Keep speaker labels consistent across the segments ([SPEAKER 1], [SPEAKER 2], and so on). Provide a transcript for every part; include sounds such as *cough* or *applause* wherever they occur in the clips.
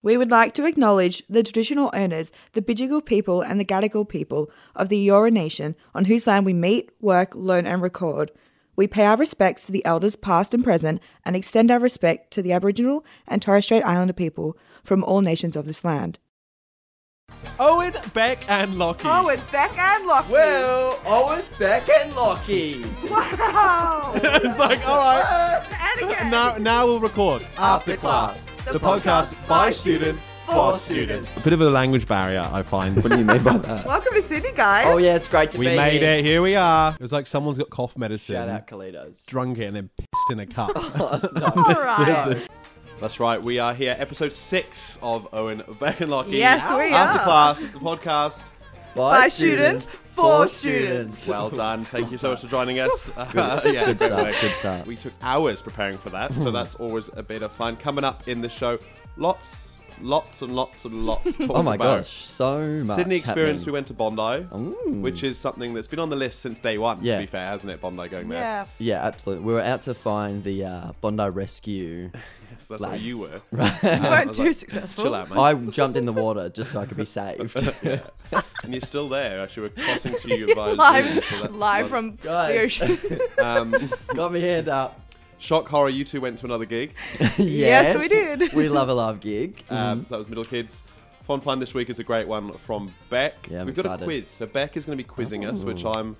[SPEAKER 1] We would like to acknowledge the traditional owners, the Bidjigal people and the Gadigal people of the Eora Nation, on whose land we meet, work, learn, and record. We pay our respects to the elders past and present and extend our respect to the Aboriginal and Torres Strait Islander people from all nations of this land.
[SPEAKER 2] Owen, Beck, and Lockie.
[SPEAKER 3] Owen, Beck, and Lockie.
[SPEAKER 4] Well, Owen, Beck, and Lockie.
[SPEAKER 3] Wow.
[SPEAKER 2] *laughs* it's like, all right.
[SPEAKER 3] and again.
[SPEAKER 2] Now, now we'll record
[SPEAKER 4] After Class, the podcast by students for students.
[SPEAKER 2] A bit of a language barrier, I find.
[SPEAKER 4] do you mean by that?
[SPEAKER 3] Welcome to Sydney, guys.
[SPEAKER 4] Oh yeah, it's great
[SPEAKER 2] *laughs*
[SPEAKER 4] to
[SPEAKER 2] we
[SPEAKER 4] be
[SPEAKER 2] made
[SPEAKER 4] here.
[SPEAKER 2] it. Here we are. It was like someone's got cough medicine,
[SPEAKER 4] Shout out Kalitos. *laughs*
[SPEAKER 2] drunk it, and then pissed in a cup.
[SPEAKER 3] All right.
[SPEAKER 2] That's right. We are here, episode six of Owen Beck and Lockie.
[SPEAKER 3] Yes, we
[SPEAKER 2] After
[SPEAKER 3] are.
[SPEAKER 2] class, the podcast.
[SPEAKER 3] By students, for students.
[SPEAKER 2] Well done. Thank you so much for joining us. Uh, *laughs* yeah, great
[SPEAKER 4] Good start,
[SPEAKER 2] work.
[SPEAKER 4] good start.
[SPEAKER 2] We took hours preparing for that, so that's always a bit of fun. Coming up in the show, lots, lots and lots and lots.
[SPEAKER 4] *laughs*
[SPEAKER 2] to
[SPEAKER 4] Oh my
[SPEAKER 2] talk about.
[SPEAKER 4] gosh, so much.
[SPEAKER 2] Sydney experience. We
[SPEAKER 4] happening.
[SPEAKER 2] went to Bondi, which is something that's been on the list since day one.
[SPEAKER 4] Yeah.
[SPEAKER 2] To be fair, hasn't it? Bondi going there.
[SPEAKER 3] Yeah.
[SPEAKER 4] Yeah, absolutely. We were out to find the uh, Bondi Rescue.
[SPEAKER 2] So that's where
[SPEAKER 4] Lads.
[SPEAKER 2] you were. Uh,
[SPEAKER 4] *laughs* Right.
[SPEAKER 3] We
[SPEAKER 2] I
[SPEAKER 3] weren't
[SPEAKER 2] was
[SPEAKER 3] too
[SPEAKER 2] like,
[SPEAKER 3] successful.
[SPEAKER 2] Chill out, mate.
[SPEAKER 4] I jumped in the water just so I could be saved.
[SPEAKER 2] and you're still there. Actually, we're crossing to
[SPEAKER 3] *laughs*
[SPEAKER 2] you via Zoom,
[SPEAKER 3] live
[SPEAKER 2] so that's
[SPEAKER 3] live
[SPEAKER 2] fun.
[SPEAKER 3] from the
[SPEAKER 4] Guys.
[SPEAKER 3] ocean.
[SPEAKER 2] Um,
[SPEAKER 4] *laughs* Got me hand up.
[SPEAKER 2] shock horror. You two went to another gig.
[SPEAKER 4] *laughs* yes,
[SPEAKER 3] Yes, we did.
[SPEAKER 4] We love a live *laughs* gig.
[SPEAKER 2] Um, so that was Middle Kids. Fun Find this week is a great one from Beck.
[SPEAKER 4] Yeah, I'm
[SPEAKER 2] We've got a
[SPEAKER 4] excited.
[SPEAKER 2] quiz. So Beck is going to be quizzing us, which
[SPEAKER 4] Oh.
[SPEAKER 2] I'm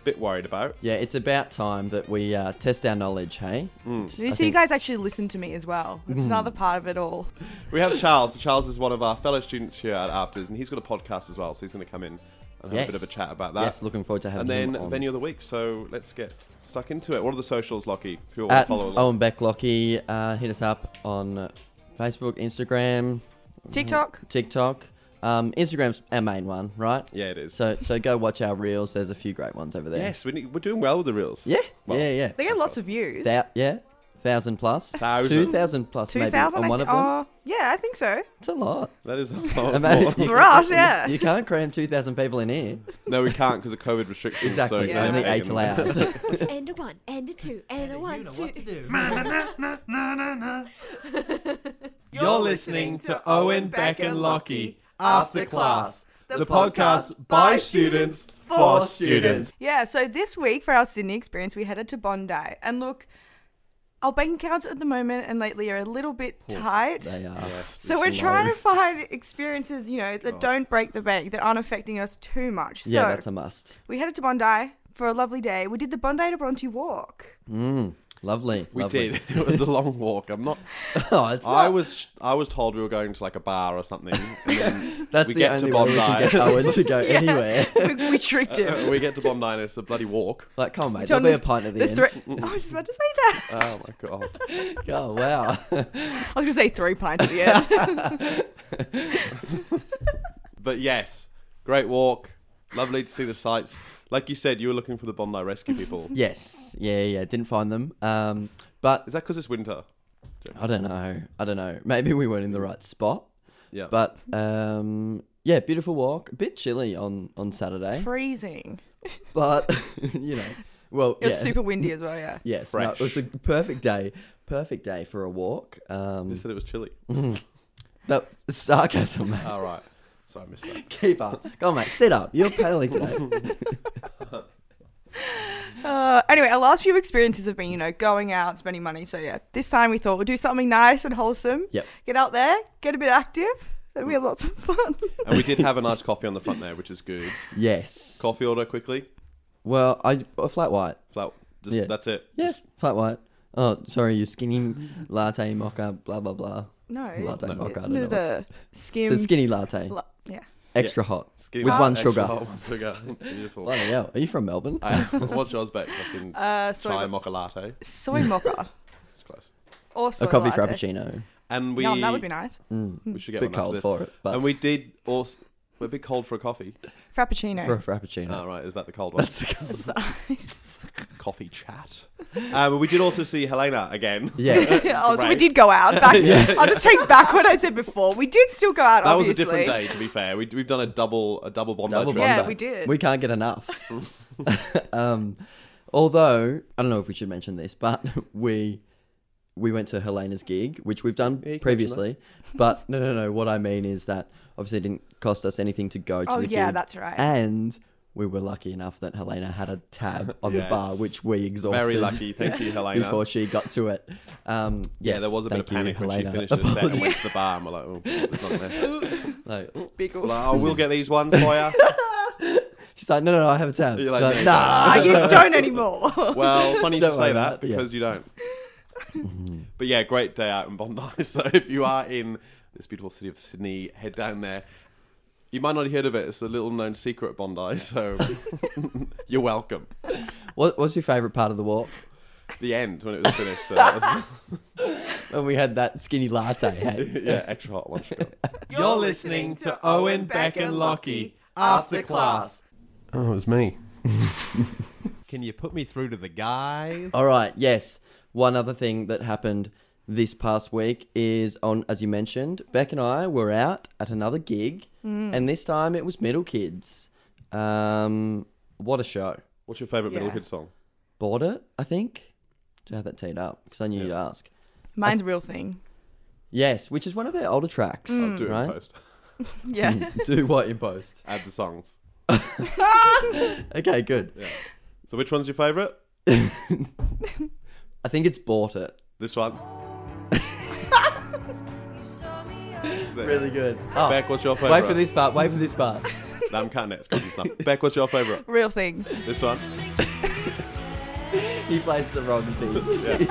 [SPEAKER 2] a bit worried about.
[SPEAKER 4] Yeah, it's about time that we uh, test our knowledge, hey?
[SPEAKER 3] so you guys actually listened to me as well. That's another part of it all.
[SPEAKER 2] We have Charles. Charles is one of our fellow students here at Afters, and he's got a podcast as well. So he's going to come in and have a bit
[SPEAKER 4] Yes.
[SPEAKER 2] of a chat about that.
[SPEAKER 4] yes, looking forward to having
[SPEAKER 2] and then
[SPEAKER 4] him on.
[SPEAKER 2] venue of the week. So let's get stuck into it. What are the socials, Lockie? If you want to
[SPEAKER 4] At oh,
[SPEAKER 2] follow along.
[SPEAKER 4] Owen Beck Lockie, uh, hit us up on Facebook, Instagram,
[SPEAKER 3] TikTok.
[SPEAKER 4] TikTok. Um, Instagram's our main one, right?
[SPEAKER 2] Yeah, it is.
[SPEAKER 4] So so go watch our reels. There's a few great ones over there.
[SPEAKER 2] yes, we need, we're doing well with the reels.
[SPEAKER 4] Yeah.
[SPEAKER 2] Well,
[SPEAKER 4] yeah. Yeah.
[SPEAKER 3] They get lots of views.
[SPEAKER 4] Thou- yeah. Thousand plus.
[SPEAKER 2] Thousand.
[SPEAKER 4] Two thousand plus.
[SPEAKER 3] Two
[SPEAKER 4] maybe
[SPEAKER 3] thousand.
[SPEAKER 4] on one of them.
[SPEAKER 3] Oh, yeah, I think
[SPEAKER 4] *laughs*
[SPEAKER 3] so.
[SPEAKER 4] It's a
[SPEAKER 2] *laughs*
[SPEAKER 4] lot.
[SPEAKER 2] That is a lot
[SPEAKER 4] Imagine-
[SPEAKER 2] more.
[SPEAKER 4] you
[SPEAKER 3] For
[SPEAKER 4] can't-
[SPEAKER 3] us,
[SPEAKER 4] *laughs*
[SPEAKER 3] *laughs* yeah.
[SPEAKER 4] You can't cram two thousand people in here.
[SPEAKER 2] No, we can't because of COVID restrictions.
[SPEAKER 4] Exactly.
[SPEAKER 2] So
[SPEAKER 3] Yeah.
[SPEAKER 4] Only
[SPEAKER 3] Yeah.
[SPEAKER 2] *laughs*
[SPEAKER 4] eight allowed.
[SPEAKER 5] and a one, and a *laughs* two, and a one, two. *laughs*
[SPEAKER 2] You're listening to Owen, Beck, and Lockie after class, the
[SPEAKER 3] the
[SPEAKER 2] podcast
[SPEAKER 3] podcast
[SPEAKER 2] by
[SPEAKER 3] by
[SPEAKER 2] students for
[SPEAKER 3] for
[SPEAKER 2] students.
[SPEAKER 3] Yeah, so this week for our Sydney experience, we headed to Bondi. And look, our bank accounts at the moment and lately are a little bit tight.
[SPEAKER 4] they are.
[SPEAKER 3] So we're trying to find experiences, you know, that don't break the bank, that aren't affecting us too much. So
[SPEAKER 4] Yeah, that's a must.
[SPEAKER 3] we headed to Bondi for a lovely day. We did the Bondi to Bronte walk. *laughs*
[SPEAKER 4] Lovely.
[SPEAKER 2] We
[SPEAKER 4] lovely.
[SPEAKER 2] did. *laughs* It was a long walk. I'm not.
[SPEAKER 4] *laughs* oh, it's
[SPEAKER 2] I
[SPEAKER 4] not-
[SPEAKER 2] was. I was told we were going to like a bar or something. And *laughs* then
[SPEAKER 4] That's
[SPEAKER 2] we
[SPEAKER 4] the
[SPEAKER 2] get to
[SPEAKER 4] only way
[SPEAKER 2] Bondi.
[SPEAKER 4] we can
[SPEAKER 2] *laughs*
[SPEAKER 4] get Owen to
[SPEAKER 3] *laughs*
[SPEAKER 4] go anywhere.
[SPEAKER 3] we, we tricked
[SPEAKER 4] *laughs*
[SPEAKER 3] him.
[SPEAKER 2] uh, we get to Bondi and it's a bloody walk.
[SPEAKER 4] Like, come on, mate.
[SPEAKER 3] John,
[SPEAKER 4] There'll be a
[SPEAKER 3] there's-
[SPEAKER 4] pint at the
[SPEAKER 3] there's
[SPEAKER 4] end. *laughs*
[SPEAKER 3] three- I was just about to say that.
[SPEAKER 2] Oh *laughs* my god.
[SPEAKER 4] Oh wow. *laughs*
[SPEAKER 3] I was going to say three pints at the end.
[SPEAKER 2] But yes, great walk. Lovely to see the sights. Like you said, you were looking for the Bondi rescue *laughs* people.
[SPEAKER 4] yes. Yeah. Yeah. Didn't find them. Um, but
[SPEAKER 2] Is that because it's winter?
[SPEAKER 4] I don't know. I don't know. Maybe we weren't in the right spot.
[SPEAKER 2] Yeah.
[SPEAKER 4] But um, yeah, beautiful walk. A bit chilly on on Saturday,
[SPEAKER 3] Freezing.
[SPEAKER 4] but *laughs* you know, well,
[SPEAKER 3] It was
[SPEAKER 4] yeah.
[SPEAKER 3] super windy as
[SPEAKER 4] *laughs*
[SPEAKER 3] well, yeah.
[SPEAKER 4] Yes, no, it was a perfect day. Perfect day for a walk.
[SPEAKER 2] you
[SPEAKER 4] Um,
[SPEAKER 2] said it was *laughs* chilly.
[SPEAKER 4] that sarcasm, mate.
[SPEAKER 2] All right. So I missed that.
[SPEAKER 4] Keep up. Come on, mate. Sit up. You're paling today.
[SPEAKER 3] Uh, anyway, our last few experiences have been, you know, going out, spending money. So yeah, this time we thought we'll do something nice and wholesome.
[SPEAKER 4] Yep.
[SPEAKER 3] Get out there, get a bit active, and we had lots of fun. *laughs*
[SPEAKER 2] And we did have a nice coffee on the front there, which is good.
[SPEAKER 4] Yes.
[SPEAKER 2] Coffee order quickly.
[SPEAKER 4] Well, I a flat white.
[SPEAKER 2] Flat. Just,
[SPEAKER 4] Yeah.
[SPEAKER 2] That's it.
[SPEAKER 4] Yeah,
[SPEAKER 2] Just-
[SPEAKER 4] flat white. Oh, sorry, you skinny latte mocha, blah blah blah.
[SPEAKER 3] no,
[SPEAKER 4] Latte
[SPEAKER 2] No.
[SPEAKER 4] mocha. I
[SPEAKER 3] isn't
[SPEAKER 4] don't
[SPEAKER 3] it
[SPEAKER 4] know.
[SPEAKER 3] a skim?
[SPEAKER 4] It's a skinny latte,
[SPEAKER 3] la- yeah.
[SPEAKER 4] extra hot,
[SPEAKER 2] Skinny
[SPEAKER 4] with
[SPEAKER 2] hot,
[SPEAKER 4] one
[SPEAKER 2] extra
[SPEAKER 4] sugar.
[SPEAKER 2] hot, one
[SPEAKER 4] *laughs*
[SPEAKER 2] sugar. Beautiful.
[SPEAKER 4] Bloody hell. Are you from Melbourne?
[SPEAKER 2] I, what's yours, back? Fucking
[SPEAKER 3] Uh, soy,
[SPEAKER 2] Thai mocha latte.
[SPEAKER 4] *laughs*
[SPEAKER 3] soy mocha
[SPEAKER 2] It's close.
[SPEAKER 3] or
[SPEAKER 4] a
[SPEAKER 3] soy
[SPEAKER 4] coffee
[SPEAKER 3] latte.
[SPEAKER 4] frappuccino. Mm.
[SPEAKER 2] And we
[SPEAKER 3] Yum, that would be nice.
[SPEAKER 2] we should get
[SPEAKER 4] bit
[SPEAKER 2] one after
[SPEAKER 4] cold
[SPEAKER 2] this.
[SPEAKER 4] for it, but
[SPEAKER 2] and we did also. We're a bit cold for a coffee.
[SPEAKER 3] Frappuccino.
[SPEAKER 4] for a frappuccino.
[SPEAKER 2] Oh, right, is that the cold one?
[SPEAKER 3] *laughs* It's the ice.
[SPEAKER 2] *laughs* coffee chat. Um, we did also see Helena
[SPEAKER 3] *laughs*
[SPEAKER 2] again.
[SPEAKER 4] Yeah.
[SPEAKER 3] oh, so we
[SPEAKER 2] Right.
[SPEAKER 3] did go
[SPEAKER 2] *laughs*
[SPEAKER 3] out. Back. I'll just take back what I said before. We did still go out.
[SPEAKER 2] That was a
[SPEAKER 3] obviously.
[SPEAKER 2] different day, to be fair. We, we've done a double a double Bondi
[SPEAKER 4] Double
[SPEAKER 2] trip.
[SPEAKER 3] Yeah,
[SPEAKER 4] Bondi.
[SPEAKER 3] we did.
[SPEAKER 4] We can't
[SPEAKER 2] *laughs*
[SPEAKER 4] get enough. *laughs* um, although I don't know if *laughs* we should mention this, but we we went to Helena's gig, which we've done
[SPEAKER 2] Yeah, you can mention
[SPEAKER 4] previously. But no, no, no. What I mean is that obviously it didn't cost us anything to go to
[SPEAKER 3] Oh
[SPEAKER 4] the
[SPEAKER 3] yeah,
[SPEAKER 4] gig.
[SPEAKER 3] that's right.
[SPEAKER 4] and we were lucky enough that Helena had a tab on the
[SPEAKER 2] Yes.
[SPEAKER 4] bar, which we exhausted.
[SPEAKER 2] Very lucky. Thank
[SPEAKER 4] *laughs*
[SPEAKER 2] you, Helena.
[SPEAKER 4] Before she got to it, um,
[SPEAKER 2] yeah,
[SPEAKER 4] yes,
[SPEAKER 2] there was a bit of panic
[SPEAKER 4] thank you,
[SPEAKER 2] when she
[SPEAKER 4] Helena.
[SPEAKER 2] finished
[SPEAKER 4] *laughs*
[SPEAKER 2] her set and went to the bar, and we're like, oh, God, it's not there.
[SPEAKER 4] Like, "Oh."
[SPEAKER 3] Big
[SPEAKER 2] We're like, oh, we'll get these ones for you.
[SPEAKER 4] she's like, no, no, no, I have a tab.
[SPEAKER 2] You're like,
[SPEAKER 4] Like,
[SPEAKER 2] "No, you
[SPEAKER 3] Ah,
[SPEAKER 2] *laughs*
[SPEAKER 4] nah.
[SPEAKER 3] you don't anymore.
[SPEAKER 2] Well, funny you
[SPEAKER 4] *laughs* Don't
[SPEAKER 2] should
[SPEAKER 4] worry
[SPEAKER 2] say
[SPEAKER 4] about
[SPEAKER 2] that
[SPEAKER 4] it, yeah.
[SPEAKER 2] because you don't. but yeah, great day out in Bondi. *laughs* So if you are in this beautiful city of Sydney, head down there. You might not have heard of it. It's a little known secret Bondi. So *laughs* you're welcome.
[SPEAKER 4] *laughs* What, what's your favourite part of the walk?
[SPEAKER 2] The end when it was finished. So that was-
[SPEAKER 4] And we had that skinny latte. Hey?
[SPEAKER 2] *laughs* yeah, extra hot lunch.
[SPEAKER 3] You're listening to Owen, Beck and Lockie, After Class.
[SPEAKER 2] Oh, it was me. Can you put me through to the guys?
[SPEAKER 4] All right, yes. One other thing that happened this past week is on, as you mentioned, Beck and I were out at another gig, and this time it was Middle Kids. Um, what a show!
[SPEAKER 2] What's your favourite Middle
[SPEAKER 3] Yeah.
[SPEAKER 2] Kid song?
[SPEAKER 4] Bought it, I think. To have that teed up because I knew you'd ask.
[SPEAKER 3] *laughs* Mine's real thing.
[SPEAKER 4] Yes, which is one of their older tracks.
[SPEAKER 3] Mm.
[SPEAKER 2] I'll do it in
[SPEAKER 4] right?
[SPEAKER 2] post.
[SPEAKER 3] *laughs* Yeah.
[SPEAKER 4] *laughs* do what
[SPEAKER 2] *laughs*
[SPEAKER 4] in post.
[SPEAKER 2] Add the songs.
[SPEAKER 4] Okay, good. *laughs*
[SPEAKER 2] So which one's your favourite?
[SPEAKER 4] I think it's bought it.
[SPEAKER 2] This
[SPEAKER 3] *laughs*
[SPEAKER 2] one.
[SPEAKER 4] Really good. Oh,
[SPEAKER 2] Ah, Beck, what's your favourite?
[SPEAKER 4] wait for this part. Wait for this part.
[SPEAKER 2] No, I'm cutting it. It's cutting some. Beck, what's your favourite?
[SPEAKER 3] *laughs* real thing.
[SPEAKER 2] This one.
[SPEAKER 4] he plays the wrong thing.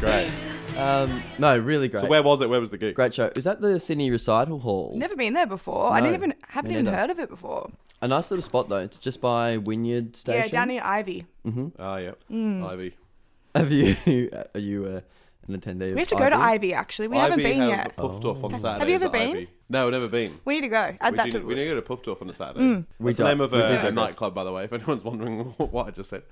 [SPEAKER 2] Great.
[SPEAKER 4] Um, no, really great.
[SPEAKER 2] So where was it? Where was the gig?
[SPEAKER 4] Great show. Is that the Sydney Recital Hall?
[SPEAKER 3] Never been there before. I didn't
[SPEAKER 4] No,
[SPEAKER 3] even haven't
[SPEAKER 4] me
[SPEAKER 3] even
[SPEAKER 4] neither.
[SPEAKER 3] heard of it before.
[SPEAKER 4] A nice little spot though. It's just by Wynyard Station.
[SPEAKER 3] Yeah, down near Ivy.
[SPEAKER 2] Oh yeah.
[SPEAKER 3] Mm.
[SPEAKER 2] Ivy.
[SPEAKER 4] Have you? *laughs* Are you uh, an attendee?
[SPEAKER 3] We have to go to Ivy actually. We haven't
[SPEAKER 2] Ivy
[SPEAKER 3] been
[SPEAKER 2] has
[SPEAKER 3] yet.
[SPEAKER 2] the Puff Duff on Saturday.
[SPEAKER 3] ever been?
[SPEAKER 2] No, never been.
[SPEAKER 3] We need to go. Add
[SPEAKER 2] we,
[SPEAKER 3] that
[SPEAKER 2] do
[SPEAKER 3] to
[SPEAKER 2] need,
[SPEAKER 3] Mm. the
[SPEAKER 2] we need to
[SPEAKER 3] list.
[SPEAKER 2] go to Puff Duff on a Saturday.
[SPEAKER 4] We
[SPEAKER 2] That's the
[SPEAKER 4] do-
[SPEAKER 2] name of
[SPEAKER 4] we do
[SPEAKER 2] a, a
[SPEAKER 4] digress.
[SPEAKER 2] nightclub, by the way. If anyone's wondering *laughs* what I just said.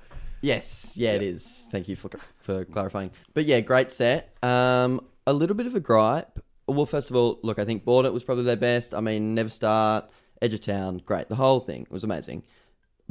[SPEAKER 4] Yes. Yeah, it is. Thank you for for clarifying. But yeah, great set. Um, a little bit of a gripe. Well, first of all, look, I think Board It was probably their best. I mean, Never Start, Edge of Town, great. The whole thing was amazing.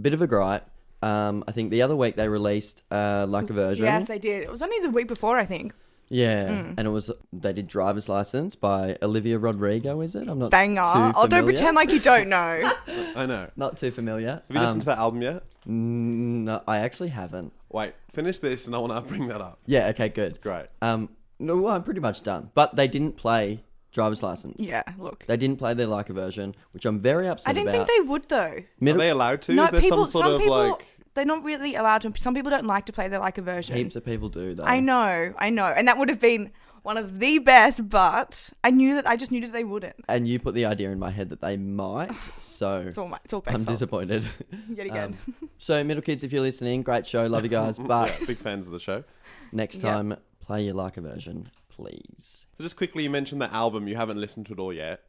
[SPEAKER 4] Bit of a gripe. Um, I think the other week they released uh, like a version.
[SPEAKER 3] Yes, they Mm. did. It was only the week before, I think.
[SPEAKER 4] Yeah, and it was they did Driver's License by Olivia Rodrigo. Is it? I'm not
[SPEAKER 3] Banger.
[SPEAKER 4] Too
[SPEAKER 3] Oh, don't
[SPEAKER 4] familiar.
[SPEAKER 3] pretend like you don't
[SPEAKER 2] *laughs*
[SPEAKER 3] know. *laughs*
[SPEAKER 2] I know.
[SPEAKER 4] Not too familiar.
[SPEAKER 2] Have you listened to that album yet?
[SPEAKER 4] Mm, No, I actually haven't.
[SPEAKER 2] Wait, finish this, and I want to *laughs* bring that up.
[SPEAKER 4] Yeah. Okay. Good.
[SPEAKER 2] Great.
[SPEAKER 4] Um. No, well, I'm pretty much done. But they didn't play driver's license.
[SPEAKER 3] yeah, look.
[SPEAKER 4] They didn't play their Leica version, which I'm very upset
[SPEAKER 3] I didn't
[SPEAKER 4] about.
[SPEAKER 3] think they would though.
[SPEAKER 2] Are
[SPEAKER 4] Middle-
[SPEAKER 2] they allowed to?
[SPEAKER 3] no,
[SPEAKER 2] Is there
[SPEAKER 3] people.
[SPEAKER 2] some sort of
[SPEAKER 3] people.
[SPEAKER 2] like?
[SPEAKER 3] They're not really allowed to. Some people don't like to play their like a version.
[SPEAKER 4] heaps of people do though.
[SPEAKER 3] I know, I know, and that would have been one of the best. But I knew that. I just knew that they wouldn't.
[SPEAKER 4] And you put the idea in my head that they
[SPEAKER 3] *laughs*
[SPEAKER 4] might. So
[SPEAKER 3] It's all my. It's all
[SPEAKER 4] I'm
[SPEAKER 3] Beck's fault.
[SPEAKER 4] disappointed.
[SPEAKER 3] *laughs* Yet again.
[SPEAKER 4] um, so middle kids, if you're listening, great show, love
[SPEAKER 2] *laughs*
[SPEAKER 4] you guys. But
[SPEAKER 2] Big fans of the show.
[SPEAKER 4] next
[SPEAKER 3] Yeah.
[SPEAKER 4] time, play your Leica version, please.
[SPEAKER 2] So just quickly, you mentioned the album. You haven't listened to it all yet.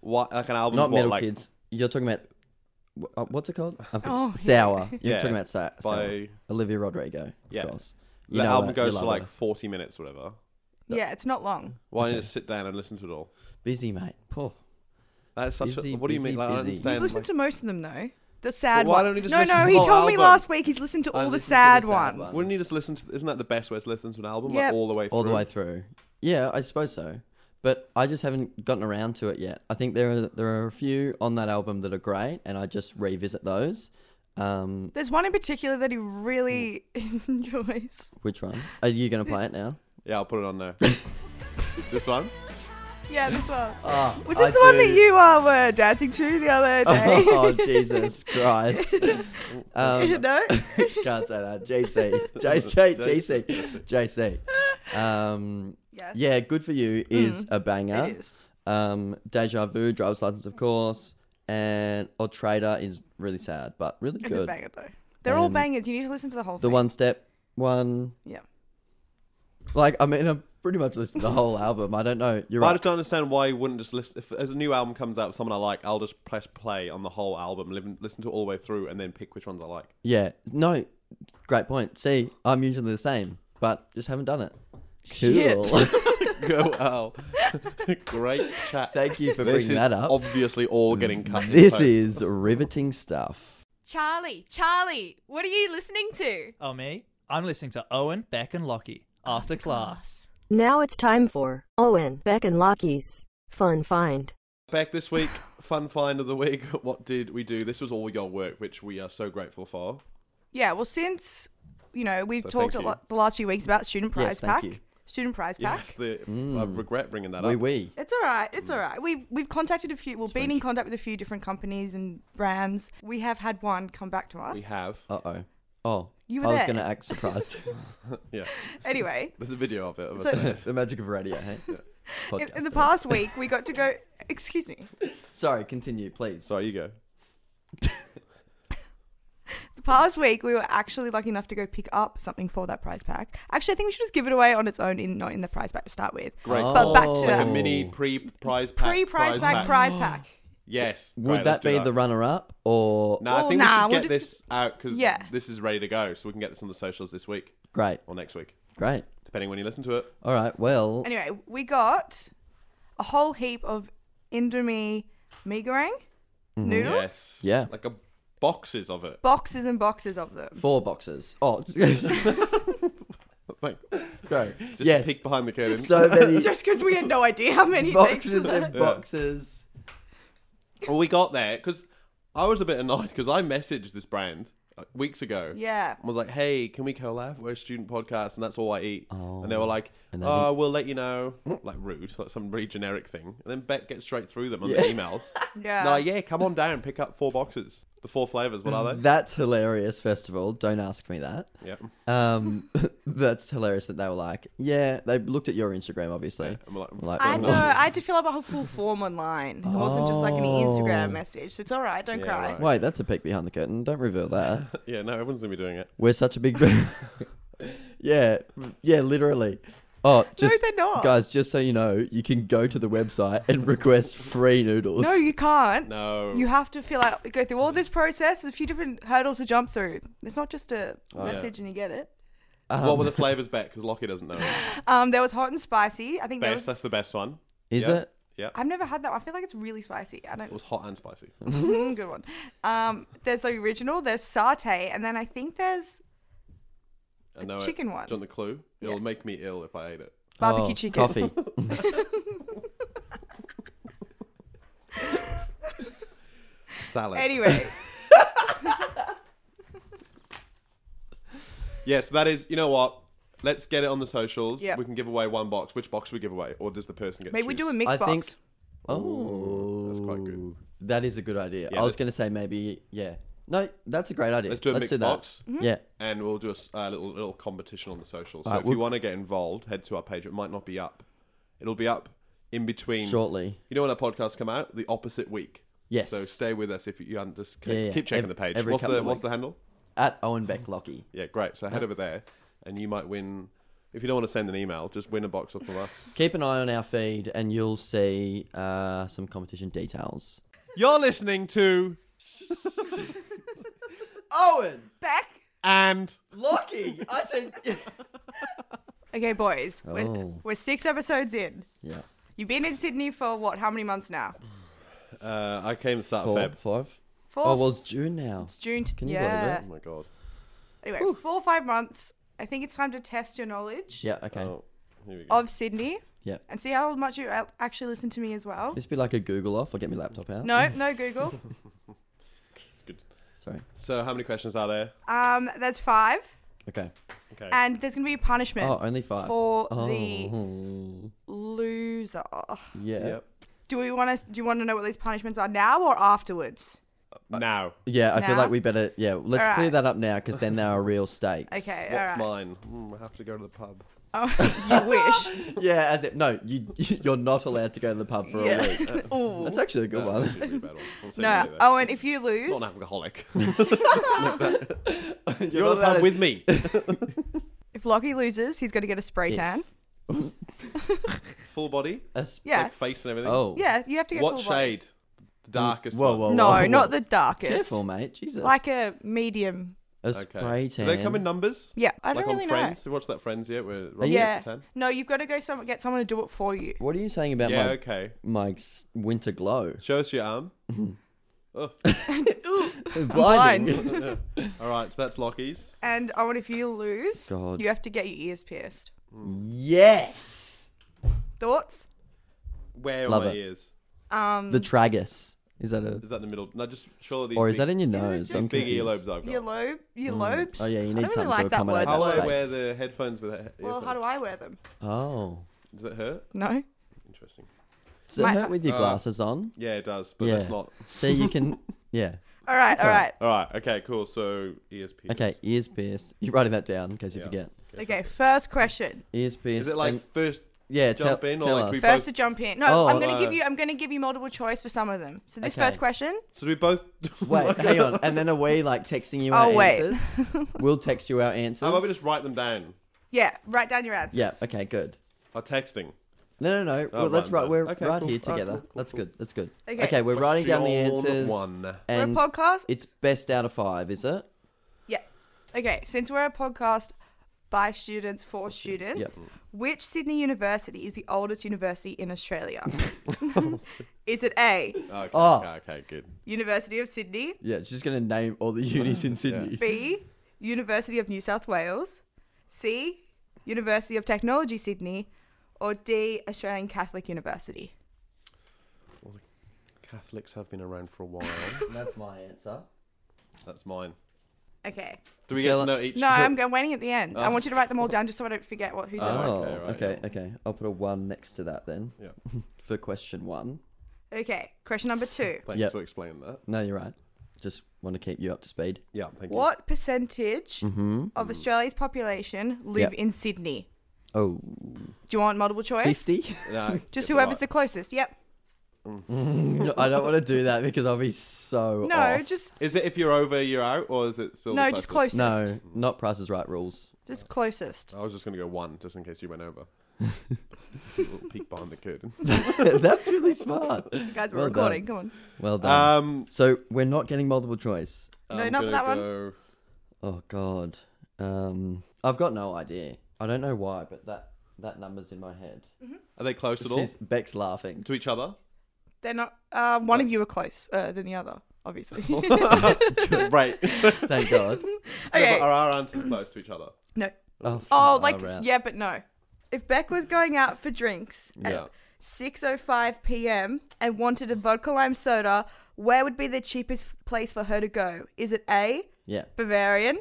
[SPEAKER 2] What like an album?
[SPEAKER 4] Not
[SPEAKER 2] what,
[SPEAKER 4] middle
[SPEAKER 2] like,
[SPEAKER 4] kids. You're talking about wh- uh, what's it called? I'm thinking-
[SPEAKER 3] Oh, yeah.
[SPEAKER 4] sour. You're
[SPEAKER 2] Yeah,
[SPEAKER 4] talking about sour.
[SPEAKER 2] by-
[SPEAKER 4] sour. Olivia Rodrigo. Of
[SPEAKER 2] Yeah.
[SPEAKER 4] course.
[SPEAKER 2] The
[SPEAKER 4] know
[SPEAKER 2] album
[SPEAKER 4] that, you
[SPEAKER 2] goes for
[SPEAKER 4] love
[SPEAKER 2] like
[SPEAKER 4] her.
[SPEAKER 2] 40 minutes, or whatever.
[SPEAKER 3] *laughs* yeah, it's not long.
[SPEAKER 2] Why don't you just sit down and listen to it all?
[SPEAKER 4] busy, mate. Poor.
[SPEAKER 2] That's such
[SPEAKER 4] Busy,
[SPEAKER 2] a. What do you
[SPEAKER 4] busy,
[SPEAKER 2] mean? Like, I don't
[SPEAKER 4] busy.
[SPEAKER 2] understand.
[SPEAKER 3] You've listened
[SPEAKER 2] like-
[SPEAKER 3] to most of them though. The sad
[SPEAKER 2] why
[SPEAKER 3] one.
[SPEAKER 2] don't you just
[SPEAKER 3] no,
[SPEAKER 2] listen to
[SPEAKER 3] no.
[SPEAKER 2] the
[SPEAKER 3] He
[SPEAKER 2] whole
[SPEAKER 3] told me
[SPEAKER 2] album?
[SPEAKER 3] last week he's listened to
[SPEAKER 4] I
[SPEAKER 3] all the
[SPEAKER 4] listened to the
[SPEAKER 3] sad
[SPEAKER 4] sad
[SPEAKER 3] ones.
[SPEAKER 4] ones.
[SPEAKER 2] Wouldn't you just listen to? Isn't that the best way to listen to an album?
[SPEAKER 3] Yeah.
[SPEAKER 2] Like all the way through.
[SPEAKER 4] all the way through. Yeah, I suppose so. But I just haven't gotten around to it yet. I think there are there are a few on that album that are great, and I just revisit those. Um,
[SPEAKER 3] There's one in particular that he really *laughs* enjoys.
[SPEAKER 4] which one? Are you going to play it now?
[SPEAKER 2] Yeah, I'll put it on
[SPEAKER 4] *laughs*
[SPEAKER 2] there. this one.
[SPEAKER 3] Yeah, this one.
[SPEAKER 4] Oh,
[SPEAKER 3] Was this the one
[SPEAKER 4] *laughs*
[SPEAKER 3] that you eh? uh, were dancing to the other day? *laughs*
[SPEAKER 4] Oh Jesus Christ!
[SPEAKER 3] you
[SPEAKER 4] Um, *laughs*
[SPEAKER 3] know?
[SPEAKER 4] can't say that. JC, JC, JC, JC. Um,
[SPEAKER 3] Yes.
[SPEAKER 4] yeah, good for you is a banger.
[SPEAKER 3] Mm. It is.
[SPEAKER 4] Um, Deja Vu, Driver's License, of course, and Odd Trader is really sad, but really
[SPEAKER 3] It's a
[SPEAKER 4] good.
[SPEAKER 3] banger though. They're all
[SPEAKER 4] Um,
[SPEAKER 3] bangers. You need to listen to the whole
[SPEAKER 4] The
[SPEAKER 3] thing.
[SPEAKER 4] one step one,
[SPEAKER 3] Yeah.
[SPEAKER 4] like I mean, *laughs* I pretty much listened to the whole album. I don't know. You're
[SPEAKER 2] But I
[SPEAKER 4] right.
[SPEAKER 2] just don't understand why you wouldn't just listen. If as a new album comes out, with someone I like, I'll just press play on the whole album, li- listen to it all the way through, and then pick which ones I like. *laughs*
[SPEAKER 4] Yeah, no, great point. See, I'm usually the same, but just haven't done it.
[SPEAKER 3] Shit. *laughs*
[SPEAKER 2] Go well. *laughs* Great chat.
[SPEAKER 4] Thank you for
[SPEAKER 2] This is
[SPEAKER 4] bringing that up. Mm,
[SPEAKER 2] obviously all getting cut. in
[SPEAKER 4] This
[SPEAKER 2] post.
[SPEAKER 4] is riveting stuff.
[SPEAKER 5] Charlie, Charlie, what are you listening to?
[SPEAKER 6] Oh, me? I'm listening to Owen, Beck, and Lockie After class.
[SPEAKER 7] Now it's time for Owen, Beck, and Lockie's Fun Find.
[SPEAKER 2] Beck, this week, fun find of the week. *laughs* What did we do? This was all your work, which we are so grateful for.
[SPEAKER 3] Yeah, well, since you know we've
[SPEAKER 2] So
[SPEAKER 3] talked a
[SPEAKER 2] thank you.
[SPEAKER 3] lot the last few weeks about student prize
[SPEAKER 4] Yes, thank
[SPEAKER 3] pack,
[SPEAKER 4] you.
[SPEAKER 3] student prize pack.
[SPEAKER 2] Yes, the, I
[SPEAKER 4] Mm.
[SPEAKER 2] regret bringing that
[SPEAKER 4] Wee
[SPEAKER 2] up.
[SPEAKER 4] wee.
[SPEAKER 3] It's all right. It's all right. We've we've contacted a few. We've been in contact with a few different companies and brands. We have had one come back to us.
[SPEAKER 2] We have.
[SPEAKER 4] Uh oh. Oh.
[SPEAKER 3] You
[SPEAKER 4] I
[SPEAKER 3] were
[SPEAKER 4] was
[SPEAKER 3] there.
[SPEAKER 4] going to act surprised. *laughs*
[SPEAKER 2] Yeah.
[SPEAKER 3] *laughs* *laughs* Anyway,
[SPEAKER 2] There's a video of it. of us
[SPEAKER 3] So-
[SPEAKER 2] doing it.
[SPEAKER 4] the magic of radio,
[SPEAKER 3] *laughs*
[SPEAKER 4] hey?
[SPEAKER 3] in,
[SPEAKER 4] Podcast,
[SPEAKER 3] in the
[SPEAKER 4] uh,
[SPEAKER 3] *laughs* past week we got to go. Excuse me.
[SPEAKER 4] Sorry, continue, please.
[SPEAKER 2] Sorry, you go.
[SPEAKER 3] The past week we were actually lucky enough to go pick up something for that prize pack. Actually, I think we should just give it away on its own, in not in the prize pack to start with.
[SPEAKER 2] Great.
[SPEAKER 3] But back to
[SPEAKER 4] Oh.
[SPEAKER 2] Like a
[SPEAKER 3] that.
[SPEAKER 2] mini pre prize pack.
[SPEAKER 3] Pre prize pack, prize pack.
[SPEAKER 2] Yes.
[SPEAKER 4] Would
[SPEAKER 2] great, let's
[SPEAKER 4] that
[SPEAKER 2] do
[SPEAKER 4] be the runner up or
[SPEAKER 2] No, I
[SPEAKER 3] Oh,
[SPEAKER 2] think
[SPEAKER 3] nah,
[SPEAKER 2] we
[SPEAKER 3] we'll
[SPEAKER 2] should get
[SPEAKER 3] just-
[SPEAKER 2] this out because
[SPEAKER 3] Yeah.
[SPEAKER 2] this is ready to go, so we can get this on the socials this week
[SPEAKER 4] great?
[SPEAKER 2] or next week,
[SPEAKER 4] Great.
[SPEAKER 2] depending when you listen to it.
[SPEAKER 4] All right. Well,
[SPEAKER 3] Anyway, we got a whole heap of Indomie mee goreng noodles,
[SPEAKER 2] Yes.
[SPEAKER 4] Yeah.
[SPEAKER 2] Like a boxes of it.
[SPEAKER 3] boxes and boxes of them.
[SPEAKER 4] four boxes. Oh, *laughs* sorry. *laughs*
[SPEAKER 2] Like, just
[SPEAKER 4] yes.
[SPEAKER 2] peek behind the curtain.
[SPEAKER 4] So many
[SPEAKER 3] *laughs* Just *laughs* because we had no idea how many
[SPEAKER 4] boxes
[SPEAKER 3] things.
[SPEAKER 4] and boxes.
[SPEAKER 2] well, we got there because I was a bit annoyed because I messaged this brand uh, weeks ago.
[SPEAKER 3] Yeah.
[SPEAKER 2] I was like, hey, can we collab? We're a student podcast and that's all I eat. and they were like,
[SPEAKER 4] and they
[SPEAKER 2] oh,
[SPEAKER 4] didn't-
[SPEAKER 2] we'll let you know. Like rude, like some really generic thing. And then Beck gets straight through them on the
[SPEAKER 4] Yeah.
[SPEAKER 3] *laughs*
[SPEAKER 2] emails.
[SPEAKER 3] Yeah.
[SPEAKER 2] They're like, yeah, come on down, pick up four boxes. The four flavors, what are they?
[SPEAKER 4] That's hilarious. First of all, don't ask me that.
[SPEAKER 2] yeah. *laughs*
[SPEAKER 4] Um, *laughs* that's hilarious that they were like, yeah, they looked at your Instagram, obviously.
[SPEAKER 2] I'm like,
[SPEAKER 3] I
[SPEAKER 4] oh,
[SPEAKER 3] know. I had to fill up a whole full form online. It wasn't just like an Instagram message. So it's all right. Don't
[SPEAKER 2] Yeah,
[SPEAKER 3] cry.
[SPEAKER 2] right.
[SPEAKER 4] Wait, that's a peek behind the curtain. Don't reveal that.
[SPEAKER 2] Yeah, no, everyone's gonna be doing it.
[SPEAKER 4] We're such a big.
[SPEAKER 3] *laughs*
[SPEAKER 4] yeah, yeah, literally. Oh, just
[SPEAKER 3] they're not.
[SPEAKER 4] guys. Just so you know, you can go to the website and request free noodles.
[SPEAKER 3] No, you can't.
[SPEAKER 2] No.
[SPEAKER 3] You have to fill out, go through all this process. There's a few different hurdles to jump through. It's not just a
[SPEAKER 2] yeah.
[SPEAKER 3] message and you get it.
[SPEAKER 2] what
[SPEAKER 4] Um.
[SPEAKER 2] were the flavors, Beck? Because Lockie doesn't know.
[SPEAKER 3] Um, *laughs* there was hot and spicy. I think there
[SPEAKER 2] best,
[SPEAKER 3] was.
[SPEAKER 2] that's the best one.
[SPEAKER 4] is
[SPEAKER 2] Yeah.
[SPEAKER 4] it?
[SPEAKER 2] Yeah.
[SPEAKER 3] I've never had that. one. I feel like it's really spicy. I don't.
[SPEAKER 2] *laughs* It was hot and spicy.
[SPEAKER 4] *laughs*
[SPEAKER 3] Mm, good one. Um, there's the original. There's satay, and then I think there's
[SPEAKER 2] I know
[SPEAKER 3] chicken
[SPEAKER 2] it.
[SPEAKER 3] one.
[SPEAKER 2] Do you want the clue? It'll make me ill if I ate it.
[SPEAKER 3] barbecue
[SPEAKER 4] Oh,
[SPEAKER 3] chicken. *laughs*
[SPEAKER 4] Coffee.
[SPEAKER 2] Salad.
[SPEAKER 3] Anyway,
[SPEAKER 2] Yes, that is. You know what? Let's get it on the socials.
[SPEAKER 3] Yeah.
[SPEAKER 2] We can give away one box. Which box do we give away, or does the person get?
[SPEAKER 3] maybe we do a
[SPEAKER 2] choose?
[SPEAKER 3] mix
[SPEAKER 4] I
[SPEAKER 3] box.
[SPEAKER 4] think. Oh,
[SPEAKER 2] Ooh, that's quite good.
[SPEAKER 4] That is a good idea.
[SPEAKER 2] Yeah,
[SPEAKER 4] I was
[SPEAKER 2] let's-
[SPEAKER 4] going to say maybe. Yeah. No, that's a great idea.
[SPEAKER 2] Let's do a mixed
[SPEAKER 4] that.
[SPEAKER 2] box.
[SPEAKER 3] Mm-hmm.
[SPEAKER 4] Yeah.
[SPEAKER 2] And we'll do a s- a, little little competition on the socials. So
[SPEAKER 4] Alright,
[SPEAKER 2] if
[SPEAKER 4] we'll-
[SPEAKER 2] you want to get involved, head to our page. It might not be up. It'll be up in between.
[SPEAKER 4] Shortly.
[SPEAKER 2] You know when our podcasts come out, the opposite week.
[SPEAKER 4] Yes.
[SPEAKER 2] So stay with us if you, you haven't just keep,
[SPEAKER 4] Yeah, yeah.
[SPEAKER 2] keep checking
[SPEAKER 4] Ev-
[SPEAKER 2] the page.
[SPEAKER 4] every
[SPEAKER 2] What's
[SPEAKER 4] couple
[SPEAKER 2] the
[SPEAKER 4] of
[SPEAKER 2] what's the
[SPEAKER 4] weeks.
[SPEAKER 2] handle?
[SPEAKER 4] At Owen Beck Lockie.
[SPEAKER 2] Yeah, great. So head over there, and you might win. If you don't want to send an email, just win a box off from us. *laughs*
[SPEAKER 4] Keep an eye on our feed, and you'll see uh, some competition details.
[SPEAKER 2] You're listening to
[SPEAKER 4] Owen
[SPEAKER 3] Back.
[SPEAKER 2] and
[SPEAKER 4] Lockie. I said.
[SPEAKER 3] Okay, boys. We're,
[SPEAKER 4] Oh.
[SPEAKER 3] we're six episodes in.
[SPEAKER 4] yeah.
[SPEAKER 3] You've been in Sydney for what? How many months now?
[SPEAKER 4] Oh,
[SPEAKER 2] uh, I came to start of
[SPEAKER 4] Four,
[SPEAKER 2] Feb.
[SPEAKER 4] five.
[SPEAKER 3] Four.
[SPEAKER 4] Oh well, it's June now.
[SPEAKER 3] it's June. t-
[SPEAKER 4] Can you
[SPEAKER 2] Oh
[SPEAKER 3] yeah.
[SPEAKER 4] believe
[SPEAKER 2] my god.
[SPEAKER 3] Anyway, four or five months. I think it's time to test your knowledge
[SPEAKER 4] Yeah. Okay.
[SPEAKER 2] Oh, here we go.
[SPEAKER 3] of Sydney
[SPEAKER 4] Yeah.
[SPEAKER 3] and see how much you ac- actually listen to me as well.
[SPEAKER 4] This be like a Google off. I'll get my laptop out.
[SPEAKER 3] No, no Google. *laughs*
[SPEAKER 2] It's good.
[SPEAKER 4] Sorry.
[SPEAKER 2] So how many questions are there?
[SPEAKER 3] Um, there's five,
[SPEAKER 4] Okay.
[SPEAKER 2] Okay.
[SPEAKER 3] and there's gonna be a punishment
[SPEAKER 4] Oh, only five.
[SPEAKER 3] for
[SPEAKER 4] oh.
[SPEAKER 3] the loser.
[SPEAKER 4] Yeah.
[SPEAKER 2] Yep.
[SPEAKER 3] Do we want to? Do you want to know what these punishments are now or afterwards?
[SPEAKER 2] Uh, Now,
[SPEAKER 4] Yeah, I feel
[SPEAKER 3] Nah.
[SPEAKER 4] like we better. Yeah, let's
[SPEAKER 3] All
[SPEAKER 4] clear
[SPEAKER 3] right.
[SPEAKER 4] that up now because then there are real stakes.
[SPEAKER 3] *laughs* Okay, all
[SPEAKER 2] what's
[SPEAKER 3] right.
[SPEAKER 2] mine? Mm, I have to go to the pub. *laughs*
[SPEAKER 3] Oh, you wish.
[SPEAKER 4] Yeah, as it. No, you you're not allowed to go to the pub for a week.
[SPEAKER 3] Ooh.
[SPEAKER 4] That's actually a good
[SPEAKER 2] That's
[SPEAKER 4] one.
[SPEAKER 2] actually a pretty bad one.
[SPEAKER 3] *laughs*
[SPEAKER 2] I'll say
[SPEAKER 3] No.
[SPEAKER 2] later.
[SPEAKER 3] Oh, and if you
[SPEAKER 2] Not
[SPEAKER 3] lose,
[SPEAKER 2] an
[SPEAKER 4] *laughs*
[SPEAKER 2] alcoholic.
[SPEAKER 4] You're,
[SPEAKER 2] You're at the pub with me.
[SPEAKER 4] *laughs*
[SPEAKER 3] if Lockie loses, he's gonna get a spray
[SPEAKER 4] If.
[SPEAKER 3] tan.
[SPEAKER 2] Full body,
[SPEAKER 3] Yeah.
[SPEAKER 2] like face and everything.
[SPEAKER 4] Oh. Mm,
[SPEAKER 3] Yeah, you have to get
[SPEAKER 2] What
[SPEAKER 3] full body.
[SPEAKER 2] shade? The darkest.
[SPEAKER 4] Whoa,
[SPEAKER 2] one.
[SPEAKER 4] whoa,
[SPEAKER 3] No,
[SPEAKER 4] whoa, whoa.
[SPEAKER 3] not the darkest.
[SPEAKER 4] Careful, mate. Jesus.
[SPEAKER 3] Like a medium.
[SPEAKER 4] a
[SPEAKER 2] Okay.
[SPEAKER 4] spray tan.
[SPEAKER 2] Do they come in numbers?
[SPEAKER 3] Yeah, I
[SPEAKER 2] like
[SPEAKER 3] don't really
[SPEAKER 2] on
[SPEAKER 3] know.
[SPEAKER 2] Friends. You watch that Friends yet? Where Ross
[SPEAKER 3] Yeah.
[SPEAKER 2] gets the ten.
[SPEAKER 3] No, you've got to go some, get someone to do it for you.
[SPEAKER 4] What are you saying about
[SPEAKER 2] Yeah.
[SPEAKER 4] my
[SPEAKER 2] Okay.
[SPEAKER 4] my s-
[SPEAKER 2] *laughs*
[SPEAKER 4] winter glow?
[SPEAKER 2] Show us your arm. Ugh.
[SPEAKER 4] Blinding.
[SPEAKER 2] All right, so that's Lockie's.
[SPEAKER 3] And Owen, if you lose,
[SPEAKER 4] God.
[SPEAKER 3] you have to get your ears pierced.
[SPEAKER 4] Yes.
[SPEAKER 3] Thoughts?
[SPEAKER 2] Where
[SPEAKER 4] Love
[SPEAKER 2] are my
[SPEAKER 4] it.
[SPEAKER 2] ears?
[SPEAKER 3] Um,
[SPEAKER 4] The tragus. Is that a
[SPEAKER 2] Is that in the middle? No, just surely.
[SPEAKER 4] or
[SPEAKER 2] these
[SPEAKER 4] is that
[SPEAKER 2] big-
[SPEAKER 4] in your
[SPEAKER 3] Isn't it
[SPEAKER 4] nose?
[SPEAKER 3] just
[SPEAKER 4] I'm
[SPEAKER 2] big
[SPEAKER 4] confused.
[SPEAKER 2] earlobes I've got?
[SPEAKER 3] your lobe, your
[SPEAKER 4] Mm.
[SPEAKER 3] lobes.
[SPEAKER 4] Oh, yeah, you need
[SPEAKER 3] I don't
[SPEAKER 4] something
[SPEAKER 3] really
[SPEAKER 4] to
[SPEAKER 3] like that
[SPEAKER 4] accommodate
[SPEAKER 3] word.
[SPEAKER 4] that
[SPEAKER 2] How
[SPEAKER 3] that
[SPEAKER 2] do I
[SPEAKER 4] space.
[SPEAKER 3] much.
[SPEAKER 2] wear the headphones with the
[SPEAKER 3] Well, how do I wear them?
[SPEAKER 4] Oh.
[SPEAKER 2] Does it hurt?
[SPEAKER 3] No.
[SPEAKER 2] Interesting.
[SPEAKER 4] Does it
[SPEAKER 3] My-
[SPEAKER 4] hurt with your
[SPEAKER 2] Uh,
[SPEAKER 4] glasses on?
[SPEAKER 2] Yeah, it does, but
[SPEAKER 4] Yeah.
[SPEAKER 2] that's not.
[SPEAKER 4] So
[SPEAKER 2] *laughs*
[SPEAKER 4] you can. Yeah.
[SPEAKER 3] All right,
[SPEAKER 4] It's
[SPEAKER 3] all
[SPEAKER 4] all
[SPEAKER 3] right.
[SPEAKER 4] right.
[SPEAKER 2] All right. Okay. Cool. So E ESP.
[SPEAKER 4] Okay. Ears pierced. You're writing that down in case you
[SPEAKER 2] Yeah.
[SPEAKER 4] forget.
[SPEAKER 3] Okay, first question.
[SPEAKER 4] Ears pierced.
[SPEAKER 2] Is it like
[SPEAKER 4] and-
[SPEAKER 2] first?
[SPEAKER 4] yeah? Tell,
[SPEAKER 2] jump in or
[SPEAKER 4] tell
[SPEAKER 2] like
[SPEAKER 4] us.
[SPEAKER 2] we-
[SPEAKER 3] First
[SPEAKER 2] both-
[SPEAKER 3] to jump in. No,
[SPEAKER 4] Oh.
[SPEAKER 3] I'm gonna give
[SPEAKER 2] Uh,
[SPEAKER 3] you. I'm gonna give you multiple choice for some of them. So this
[SPEAKER 4] Okay.
[SPEAKER 3] first question.
[SPEAKER 2] So do we both? *laughs*
[SPEAKER 4] *laughs* Wait, hang on. And then are we like texting you
[SPEAKER 3] Oh,
[SPEAKER 4] our
[SPEAKER 3] wait.
[SPEAKER 4] answers?
[SPEAKER 3] *laughs*
[SPEAKER 4] we'll text you our answers.
[SPEAKER 2] How about we just write them down?
[SPEAKER 3] Yeah, write down your answers.
[SPEAKER 4] Yeah. Okay. Good.
[SPEAKER 2] Or texting.
[SPEAKER 4] No, no, no.
[SPEAKER 2] Oh,
[SPEAKER 4] well, let's
[SPEAKER 2] right,
[SPEAKER 4] write.
[SPEAKER 2] right.
[SPEAKER 4] We're
[SPEAKER 2] Okay,
[SPEAKER 4] right
[SPEAKER 2] cool.
[SPEAKER 4] here
[SPEAKER 2] Ah, cool,
[SPEAKER 4] together.
[SPEAKER 2] cool,
[SPEAKER 4] that's
[SPEAKER 2] cool.
[SPEAKER 4] good. That's good.
[SPEAKER 3] Okay.
[SPEAKER 4] Okay. we're writing down the
[SPEAKER 2] Question
[SPEAKER 4] answers.
[SPEAKER 2] One.
[SPEAKER 3] We're a
[SPEAKER 4] And
[SPEAKER 3] podcast.
[SPEAKER 4] it's best out of five, is it?
[SPEAKER 3] Yeah. Okay, since we're a podcast by students for students, which Sydney University is the oldest university in *laughs* Australia? is it A,
[SPEAKER 2] Okay,
[SPEAKER 4] Oh.
[SPEAKER 2] okay, okay, good.
[SPEAKER 3] University of Sydney,
[SPEAKER 4] Yeah. She's just gonna name all the unis *laughs* in
[SPEAKER 3] *laughs*
[SPEAKER 4] Sydney.
[SPEAKER 3] B, University of New South Wales, C, University of Technology Sydney, or D, Australian Catholic University?
[SPEAKER 2] Catholics have been around for a while.
[SPEAKER 4] That's my answer.
[SPEAKER 2] That's mine.
[SPEAKER 3] Okay.
[SPEAKER 2] Do we get to
[SPEAKER 4] Shall I-
[SPEAKER 2] know each?
[SPEAKER 3] No, I'm go- waiting at the end. I want you to write them all down just so I don't forget what who said what.
[SPEAKER 4] Oh,
[SPEAKER 2] okay, right,
[SPEAKER 4] okay, okay. I'll put a one next to that then
[SPEAKER 2] Yeah.
[SPEAKER 4] *laughs* for question one.
[SPEAKER 3] Okay, question number two.
[SPEAKER 2] Thanks
[SPEAKER 4] Yep.
[SPEAKER 2] for explaining that.
[SPEAKER 4] No, you're right. Just want to keep you up to speed.
[SPEAKER 2] Yeah. Thank you.
[SPEAKER 3] What percentage
[SPEAKER 2] Mm-hmm.
[SPEAKER 3] of Australia's population live
[SPEAKER 4] Yep.
[SPEAKER 3] in Sydney?
[SPEAKER 4] Oh,
[SPEAKER 3] Do you want multiple choice?
[SPEAKER 4] 50?
[SPEAKER 2] Nah,
[SPEAKER 3] *laughs* Just
[SPEAKER 2] it's all
[SPEAKER 3] whoever's
[SPEAKER 2] right.
[SPEAKER 3] the closest. Yep.
[SPEAKER 4] No, *laughs* I don't want to do that because I'll be so.
[SPEAKER 3] No,
[SPEAKER 4] off.
[SPEAKER 3] just
[SPEAKER 2] Is it if you're over, you're out, or is it still? the
[SPEAKER 3] no, just
[SPEAKER 2] closest?
[SPEAKER 3] closest.
[SPEAKER 4] No, not Price is Right rules.
[SPEAKER 3] *laughs*
[SPEAKER 4] *laughs*
[SPEAKER 3] Just closest.
[SPEAKER 2] I was just gonna go one, just in case you went over. little peek behind the curtain.
[SPEAKER 4] That's really smart.
[SPEAKER 3] You guys, we're
[SPEAKER 4] Well done.
[SPEAKER 3] recording. Come on.
[SPEAKER 4] Well done.
[SPEAKER 2] Um,
[SPEAKER 4] so we're not getting multiple choice.
[SPEAKER 3] No, not
[SPEAKER 2] gonna
[SPEAKER 3] for that one.
[SPEAKER 2] go-
[SPEAKER 4] Oh God. Um, I've got no idea. I don't know why, but that that number's in my head.
[SPEAKER 2] Are they close at all
[SPEAKER 4] She's, Beck's laughing.
[SPEAKER 2] to each
[SPEAKER 3] *laughs*
[SPEAKER 2] other?
[SPEAKER 3] They're not. Uh, one of you are close uh, than the other,
[SPEAKER 2] *laughs*
[SPEAKER 3] obviously.
[SPEAKER 2] right.
[SPEAKER 4] Thank God.
[SPEAKER 2] Yeah, but
[SPEAKER 3] *laughs*
[SPEAKER 2] *laughs*
[SPEAKER 3] okay.
[SPEAKER 2] are our answers close to each other?
[SPEAKER 3] No.
[SPEAKER 4] Oh,
[SPEAKER 3] Oh,
[SPEAKER 4] far
[SPEAKER 3] like
[SPEAKER 4] out.
[SPEAKER 3] yeah, but no. If Beck was going out for drinks
[SPEAKER 2] Yeah.
[SPEAKER 3] at 6:05 p.m. and wanted a vodka lime soda, where would be the cheapest place for her to go? Is it A,
[SPEAKER 4] yeah.
[SPEAKER 3] Bavarian,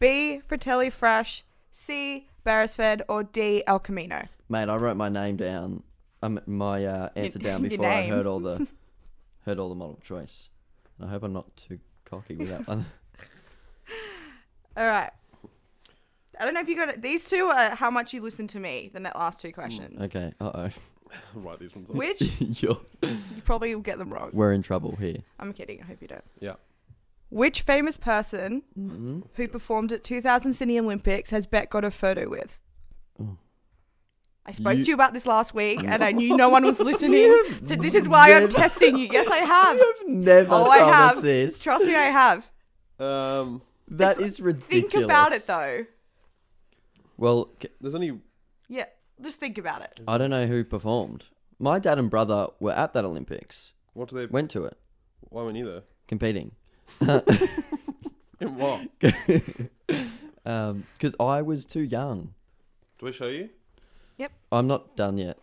[SPEAKER 3] B, Fratelli Fresh, C, Beresford, or D, El Camino?
[SPEAKER 4] Mate, I wrote my name down. Um, my uh, answer
[SPEAKER 3] Your-
[SPEAKER 4] down
[SPEAKER 3] your
[SPEAKER 4] before I
[SPEAKER 3] name.
[SPEAKER 4] heard all
[SPEAKER 3] *laughs*
[SPEAKER 4] the heard all the model choice. And I hope I'm not too cocky with
[SPEAKER 3] *laughs*
[SPEAKER 4] that one.
[SPEAKER 3] All right. I don't know if you got it. These two are how much you listen to me, the net last two questions.
[SPEAKER 4] *laughs* Okay. Uh
[SPEAKER 2] I'll write these ones up.
[SPEAKER 3] Which
[SPEAKER 4] oh. You're
[SPEAKER 3] you probably will get them wrong.
[SPEAKER 4] we're in trouble here.
[SPEAKER 3] I'm kidding. I hope you don't.
[SPEAKER 2] Yeah.
[SPEAKER 3] Which famous person who performed at 2000 Sydney Olympics has Beck got a photo with?
[SPEAKER 4] Oh.
[SPEAKER 3] I spoke
[SPEAKER 4] You-
[SPEAKER 3] to you about this last week and I knew no one was listening. So this is why I'm
[SPEAKER 4] never-
[SPEAKER 3] testing you. Yes, I have.
[SPEAKER 4] I've never
[SPEAKER 3] Oh, I
[SPEAKER 4] promised
[SPEAKER 3] have.
[SPEAKER 4] this.
[SPEAKER 3] Trust me, I have.
[SPEAKER 2] Um,
[SPEAKER 4] That is ridiculous.
[SPEAKER 3] Think about it though.
[SPEAKER 4] Well, c-
[SPEAKER 2] there's only
[SPEAKER 3] Yeah, just think about it.
[SPEAKER 4] I don't know who performed. My dad and brother were at that Olympics.
[SPEAKER 2] what do they?
[SPEAKER 4] Went to it,
[SPEAKER 2] Why were neither?
[SPEAKER 4] competing.
[SPEAKER 2] In *laughs* what?
[SPEAKER 4] Um, because I was too young.
[SPEAKER 2] Do I show you?
[SPEAKER 4] I'm not done yet.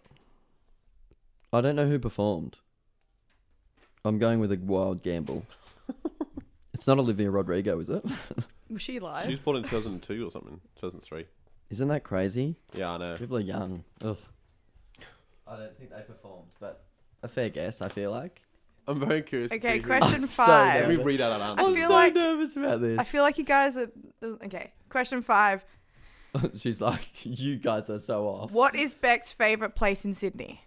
[SPEAKER 4] I don't know who performed. I'm going with a wild gamble. it's not Olivia Rodrigo, is it?
[SPEAKER 3] Was she
[SPEAKER 2] She
[SPEAKER 3] live?
[SPEAKER 2] was born in 2002 or something. 2003.
[SPEAKER 4] Isn't that crazy?
[SPEAKER 2] Yeah, I know.
[SPEAKER 4] People are young. Ugh. I don't think they performed, but a fair guess. I feel like.
[SPEAKER 2] I'm very curious. to see
[SPEAKER 3] Okay,
[SPEAKER 2] who-
[SPEAKER 3] question
[SPEAKER 4] *laughs* so
[SPEAKER 3] five.
[SPEAKER 2] Let me
[SPEAKER 4] nervous.
[SPEAKER 2] read out that
[SPEAKER 3] I
[SPEAKER 2] answer.
[SPEAKER 3] feel
[SPEAKER 4] so
[SPEAKER 3] like-
[SPEAKER 4] nervous about this.
[SPEAKER 3] I feel like you guys are okay. Question five:
[SPEAKER 4] *laughs* she's like, you guys are so off.
[SPEAKER 3] What is Beck's favorite place in Sydney?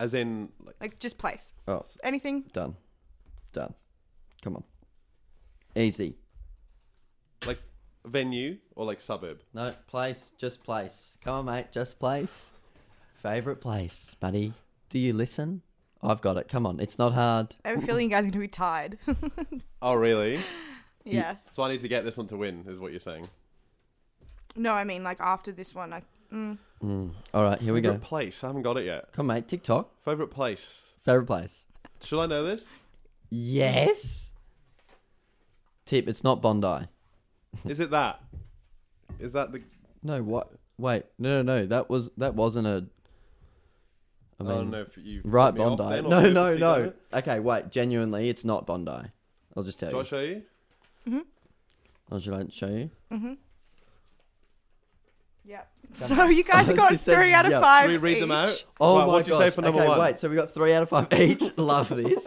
[SPEAKER 2] As in, like,
[SPEAKER 3] Like just place,
[SPEAKER 4] Oh,
[SPEAKER 3] anything?
[SPEAKER 4] done, done. Come on, easy.
[SPEAKER 2] like venue or like suburb.
[SPEAKER 4] No place, just place. Come on, mate, just place. Favorite place, buddy. Do you listen? I've got it. Come on, it's not hard.
[SPEAKER 3] I have a feeling you guys are gonna be tied. *laughs*
[SPEAKER 2] Oh, really?
[SPEAKER 3] yeah.
[SPEAKER 2] So I need to get this one to win, is what you're saying.
[SPEAKER 3] No, I mean like after this one, I mm,
[SPEAKER 4] All right, here we go.
[SPEAKER 2] Favorite place. I haven't got it yet.
[SPEAKER 4] Come, on, mate. TikTok.
[SPEAKER 2] Favorite place.
[SPEAKER 4] Favorite place.
[SPEAKER 2] Should I know this?
[SPEAKER 4] Yes. Tip. It's not Bondi.
[SPEAKER 2] Is it that? Is that the?
[SPEAKER 4] No, what? Wait, no, no, no. That was that wasn't a. I
[SPEAKER 2] I
[SPEAKER 4] mean,
[SPEAKER 2] don't know if you
[SPEAKER 4] right
[SPEAKER 2] Oh, put me off
[SPEAKER 4] Bondi.
[SPEAKER 2] then, or
[SPEAKER 4] no,
[SPEAKER 2] if you
[SPEAKER 4] no,
[SPEAKER 2] ever see
[SPEAKER 4] no.
[SPEAKER 2] that.
[SPEAKER 4] Okay, wait. Genuinely, it's not Bondi. I'll just tell
[SPEAKER 2] Do I
[SPEAKER 4] you.
[SPEAKER 2] show you?
[SPEAKER 4] Oh, should I show you? *laughs*
[SPEAKER 3] Yep. So you guys
[SPEAKER 4] She
[SPEAKER 3] got
[SPEAKER 4] said,
[SPEAKER 3] three out of
[SPEAKER 4] yeah.
[SPEAKER 3] five.
[SPEAKER 2] Should we read them
[SPEAKER 3] each.
[SPEAKER 2] out?
[SPEAKER 4] Oh
[SPEAKER 2] Right,
[SPEAKER 4] my
[SPEAKER 2] What'd you say
[SPEAKER 4] gosh.
[SPEAKER 2] for number
[SPEAKER 4] okay,
[SPEAKER 2] one?
[SPEAKER 4] Wait, so we got three out of five each. *laughs* Love this.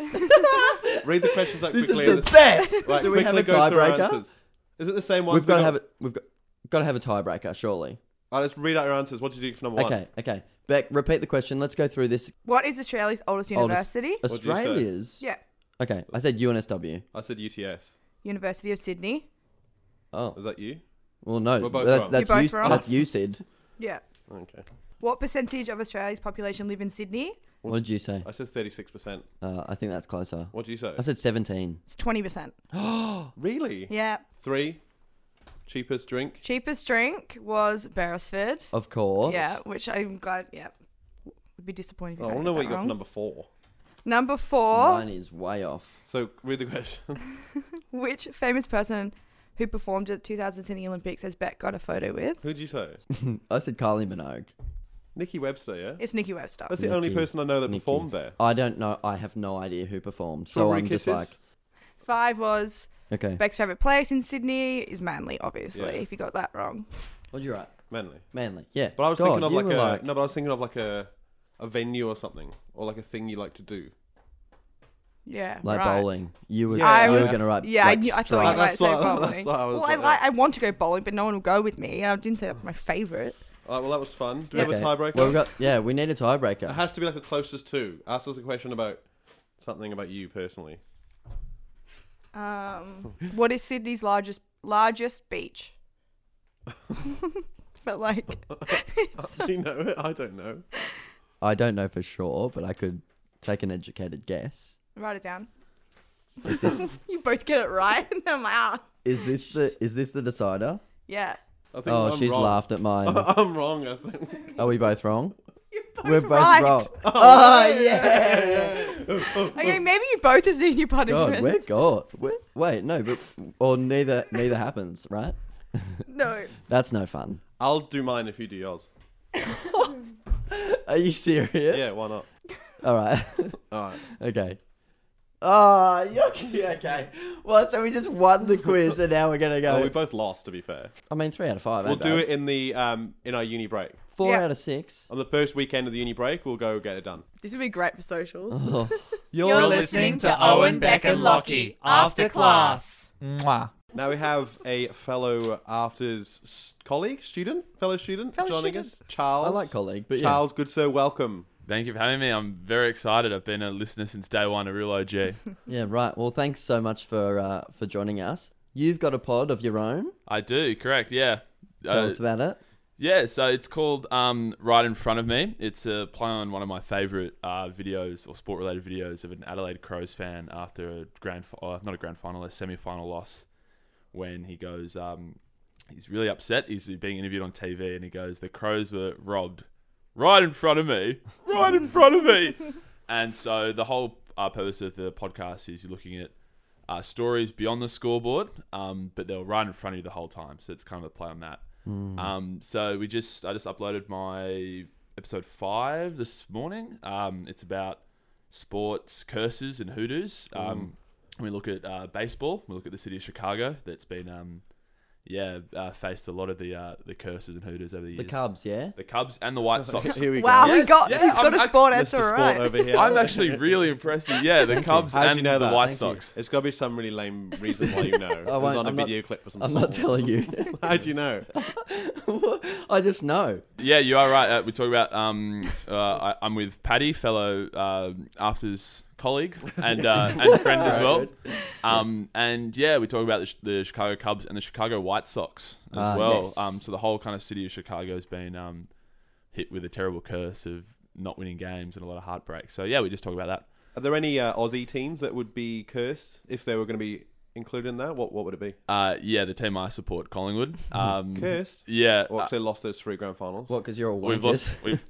[SPEAKER 2] Read the questions out
[SPEAKER 4] this is
[SPEAKER 2] quickly.
[SPEAKER 4] the
[SPEAKER 2] and this-
[SPEAKER 4] best.
[SPEAKER 2] right,
[SPEAKER 4] Do we have
[SPEAKER 2] quickly
[SPEAKER 4] a
[SPEAKER 2] go through our
[SPEAKER 4] tiebreaker?
[SPEAKER 2] answers. Is it the same one?
[SPEAKER 4] We've got to have it. We've got, got to have a tiebreaker, surely.
[SPEAKER 2] All right, let's read out your answers. What did you do for number one?
[SPEAKER 4] Okay, okay. Beck, repeat the question. Let's go through this.
[SPEAKER 3] What is Australia's
[SPEAKER 4] Oldest-
[SPEAKER 3] oldest university?
[SPEAKER 2] What'd you say?
[SPEAKER 4] Australia's.
[SPEAKER 3] Yeah.
[SPEAKER 4] Okay, I said UNSW.
[SPEAKER 2] I said UTS.
[SPEAKER 3] University of Sydney.
[SPEAKER 4] Oh,
[SPEAKER 2] Was that you?
[SPEAKER 4] well, no.
[SPEAKER 2] We're both
[SPEAKER 4] that-
[SPEAKER 2] wrong.
[SPEAKER 4] that's
[SPEAKER 3] You're
[SPEAKER 4] you.
[SPEAKER 3] both wrong.
[SPEAKER 4] That's you said.
[SPEAKER 3] Yeah.
[SPEAKER 2] Okay.
[SPEAKER 3] What percentage of Australia's population live in Sydney?
[SPEAKER 4] What did you say?
[SPEAKER 2] I said 36%.
[SPEAKER 4] Uh, I think that's closer.
[SPEAKER 2] What did you say?
[SPEAKER 4] I said 17.
[SPEAKER 3] It's 20%.
[SPEAKER 2] really?
[SPEAKER 3] Yeah.
[SPEAKER 2] Three. Cheapest drink.
[SPEAKER 3] Cheapest drink was Beresford.
[SPEAKER 4] Of course.
[SPEAKER 3] Yeah, which I'm glad, yeah. Would be disappointed if
[SPEAKER 2] Oh, I
[SPEAKER 3] I
[SPEAKER 2] want to know what you
[SPEAKER 3] got that
[SPEAKER 2] got
[SPEAKER 3] wrong.
[SPEAKER 2] for number four.
[SPEAKER 3] Number four,
[SPEAKER 4] Mine is way off. *laughs*
[SPEAKER 2] So read the *laughs* question.
[SPEAKER 3] which famous person who performed at the 2010 Olympics has Beck got a photo with?
[SPEAKER 2] Who did you say?
[SPEAKER 4] I said Kylie Minogue.
[SPEAKER 2] Nikki Webster, yeah?
[SPEAKER 3] It's Nikki Webster.
[SPEAKER 2] That's the only
[SPEAKER 4] Nikki.
[SPEAKER 2] person I know that
[SPEAKER 4] Nikki.
[SPEAKER 2] performed there.
[SPEAKER 4] I don't know. I have no idea who performed. So
[SPEAKER 2] Strawberry
[SPEAKER 4] I'm just like,
[SPEAKER 2] Kisses?
[SPEAKER 3] Five was
[SPEAKER 4] okay.
[SPEAKER 3] Beck's favourite place in Sydney is Manly, obviously,
[SPEAKER 2] Yeah.
[SPEAKER 3] if you got that wrong.
[SPEAKER 4] What'd you write?
[SPEAKER 2] Manly.
[SPEAKER 4] Manly. Yeah.
[SPEAKER 2] But I was
[SPEAKER 4] God,
[SPEAKER 2] thinking of
[SPEAKER 4] you
[SPEAKER 2] like
[SPEAKER 4] were
[SPEAKER 2] a no, but I was thinking of like a a venue or something, or like a thing you like to do.
[SPEAKER 3] Yeah.
[SPEAKER 4] like
[SPEAKER 3] right.
[SPEAKER 4] bowling. You were,
[SPEAKER 2] Yeah. I
[SPEAKER 4] you
[SPEAKER 2] was-
[SPEAKER 4] were going to write.
[SPEAKER 3] Yeah,
[SPEAKER 4] like,
[SPEAKER 3] I, knew, I
[SPEAKER 4] strike.
[SPEAKER 3] thought you might
[SPEAKER 2] That's
[SPEAKER 3] say
[SPEAKER 2] what I- *laughs*
[SPEAKER 3] bowling.
[SPEAKER 2] that's what I was
[SPEAKER 3] well, I,
[SPEAKER 2] like-
[SPEAKER 3] like, I want to go bowling, but no one will go with me. I didn't say that's my favourite.
[SPEAKER 2] All right, well, that was fun. Do we
[SPEAKER 4] Okay.
[SPEAKER 2] have a tiebreaker? Uh-huh.
[SPEAKER 4] Well, we got, yeah, we need a tiebreaker.
[SPEAKER 2] It has to be like the closest two. Ask us a question about something about you personally. *laughs*
[SPEAKER 6] *laughs*
[SPEAKER 3] Um, what is Sydney's largest largest beach? *laughs* but like,
[SPEAKER 2] Do you know it? I don't know.
[SPEAKER 4] I don't know for sure, but I could take an educated guess.
[SPEAKER 3] write it down. *laughs* you both get it right, *laughs* and I'm out.
[SPEAKER 4] Is this the is this the decider?
[SPEAKER 3] Yeah,
[SPEAKER 2] I think
[SPEAKER 4] Oh,
[SPEAKER 2] I'm
[SPEAKER 4] she's
[SPEAKER 2] wrong.
[SPEAKER 4] laughed at mine.
[SPEAKER 2] *laughs* I'm wrong. I think.
[SPEAKER 4] Are we both wrong?
[SPEAKER 3] you're both
[SPEAKER 4] We're both
[SPEAKER 2] *laughs*
[SPEAKER 3] right.
[SPEAKER 4] wrong. Oh yeah.
[SPEAKER 3] Okay, maybe you both have seen your
[SPEAKER 4] God, we're
[SPEAKER 3] *laughs* punishments.
[SPEAKER 4] God. We're, wait, no, but or neither neither happens, right?
[SPEAKER 3] no,
[SPEAKER 4] That's no fun.
[SPEAKER 2] I'll do mine if you do yours.
[SPEAKER 4] Are you serious?
[SPEAKER 2] Yeah, why not?
[SPEAKER 4] All right. *laughs*
[SPEAKER 2] All right.
[SPEAKER 4] okay. Ah, yucky. Okay. Well, so we just won the quiz, and now we're gonna go.
[SPEAKER 2] Well, Oh, we both lost, to be fair.
[SPEAKER 4] I mean, three out of five.
[SPEAKER 2] We'll
[SPEAKER 4] ain't
[SPEAKER 2] do
[SPEAKER 4] bad.
[SPEAKER 2] it in the um in our uni break.
[SPEAKER 4] Four
[SPEAKER 3] Yeah.
[SPEAKER 4] out of six.
[SPEAKER 2] On the first weekend of the uni break, we'll go get it done.
[SPEAKER 3] this would be great for socials.
[SPEAKER 6] You're listening to Owen, Beck, and Lockie after class. Mwah.
[SPEAKER 2] Now we have a fellow afters s- colleague, student, fellow student,
[SPEAKER 3] Fellow
[SPEAKER 2] joining
[SPEAKER 3] student.
[SPEAKER 2] us, Charles.
[SPEAKER 4] I like colleague, but yeah.
[SPEAKER 2] Charles Goodsir, welcome.
[SPEAKER 8] Thank you for having me. I'm very excited. I've been a listener since day one, a real OG.
[SPEAKER 4] Yeah, right. Well, thanks so much for uh, for joining us. You've got a pod of your own.
[SPEAKER 8] I do, correct, yeah.
[SPEAKER 4] Tell
[SPEAKER 8] Uh,
[SPEAKER 4] us about it.
[SPEAKER 8] yeah, so it's called um, Right in Front of Me. It's a play on one of my favourite uh, videos or sport related videos of an Adelaide Crows fan after a grand, fi- uh, not a grand final, a semi final loss when he goes, um, he's really upset. He's being interviewed on TV and he goes, The Crows were robbed right in front of me, right in front of me. *laughs* and so the whole uh, purpose of the podcast is you're looking at uh, stories beyond the scoreboard, um, but they were right in front of you the whole time. So it's kind of a play on that.
[SPEAKER 4] Hmm.
[SPEAKER 8] Um, so we just I just uploaded my episode five this morning. Um, it's about sports curses and hoodoos. Um,
[SPEAKER 4] Hmm.
[SPEAKER 8] We look at uh, baseball. We look at the city of Chicago that's been um, yeah uh, faced a lot of the uh, the curses and hoodoos over the
[SPEAKER 4] The
[SPEAKER 8] years.
[SPEAKER 2] *laughs*
[SPEAKER 4] Cubs, yeah.
[SPEAKER 8] The Cubs and
[SPEAKER 4] *laughs*
[SPEAKER 8] the White Sox.
[SPEAKER 2] Here we
[SPEAKER 3] Wow,
[SPEAKER 2] go.
[SPEAKER 3] Oh, we
[SPEAKER 8] Yes,
[SPEAKER 3] got
[SPEAKER 8] yes,
[SPEAKER 3] he's got
[SPEAKER 8] I'm-
[SPEAKER 3] a
[SPEAKER 8] I-
[SPEAKER 3] sport
[SPEAKER 2] Mr.
[SPEAKER 3] answer
[SPEAKER 2] Sport
[SPEAKER 3] right.
[SPEAKER 2] over here.
[SPEAKER 8] *laughs* I'm actually really impressed with yeah the Cubs
[SPEAKER 2] How'd you
[SPEAKER 8] and
[SPEAKER 2] know
[SPEAKER 8] the
[SPEAKER 2] that?
[SPEAKER 8] White
[SPEAKER 4] Thank
[SPEAKER 8] Sox.
[SPEAKER 2] It's got to be some really lame reason why you
[SPEAKER 4] *laughs*
[SPEAKER 2] know. it was
[SPEAKER 4] won't-
[SPEAKER 2] on a
[SPEAKER 4] I'm not-
[SPEAKER 2] video clip for some
[SPEAKER 4] I'm not
[SPEAKER 2] songs.
[SPEAKER 4] telling you. *laughs*
[SPEAKER 2] *laughs* How'd you know?
[SPEAKER 4] I just know.
[SPEAKER 8] Yeah, you are right. Uh, we talk about um, uh, I, I'm with Paddy, fellow uh, afters colleague
[SPEAKER 2] *laughs*
[SPEAKER 8] and uh, and friend as well. Um, and yeah, we talk about the, Ch- the Chicago Cubs and the Chicago White Sox as
[SPEAKER 4] Ah,
[SPEAKER 8] well.
[SPEAKER 4] yes.
[SPEAKER 8] Um, so the whole kind of city of Chicago has been um, hit with a terrible curse of not winning games and a lot of heartbreak. So yeah, we just talk about that.
[SPEAKER 2] Are there any uh, Aussie teams that would be cursed if they were going to be included in that? What What would it be?
[SPEAKER 8] Uh, yeah, the team I
[SPEAKER 2] *laughs*
[SPEAKER 8] support, Collingwood. Um,
[SPEAKER 4] Mm-hmm.
[SPEAKER 2] Cursed?
[SPEAKER 8] Yeah,
[SPEAKER 2] Well,
[SPEAKER 8] uh,
[SPEAKER 2] 'cause they lost those three grand finals.
[SPEAKER 4] What? Because you're a
[SPEAKER 8] we've
[SPEAKER 4] we've
[SPEAKER 8] lost. We've,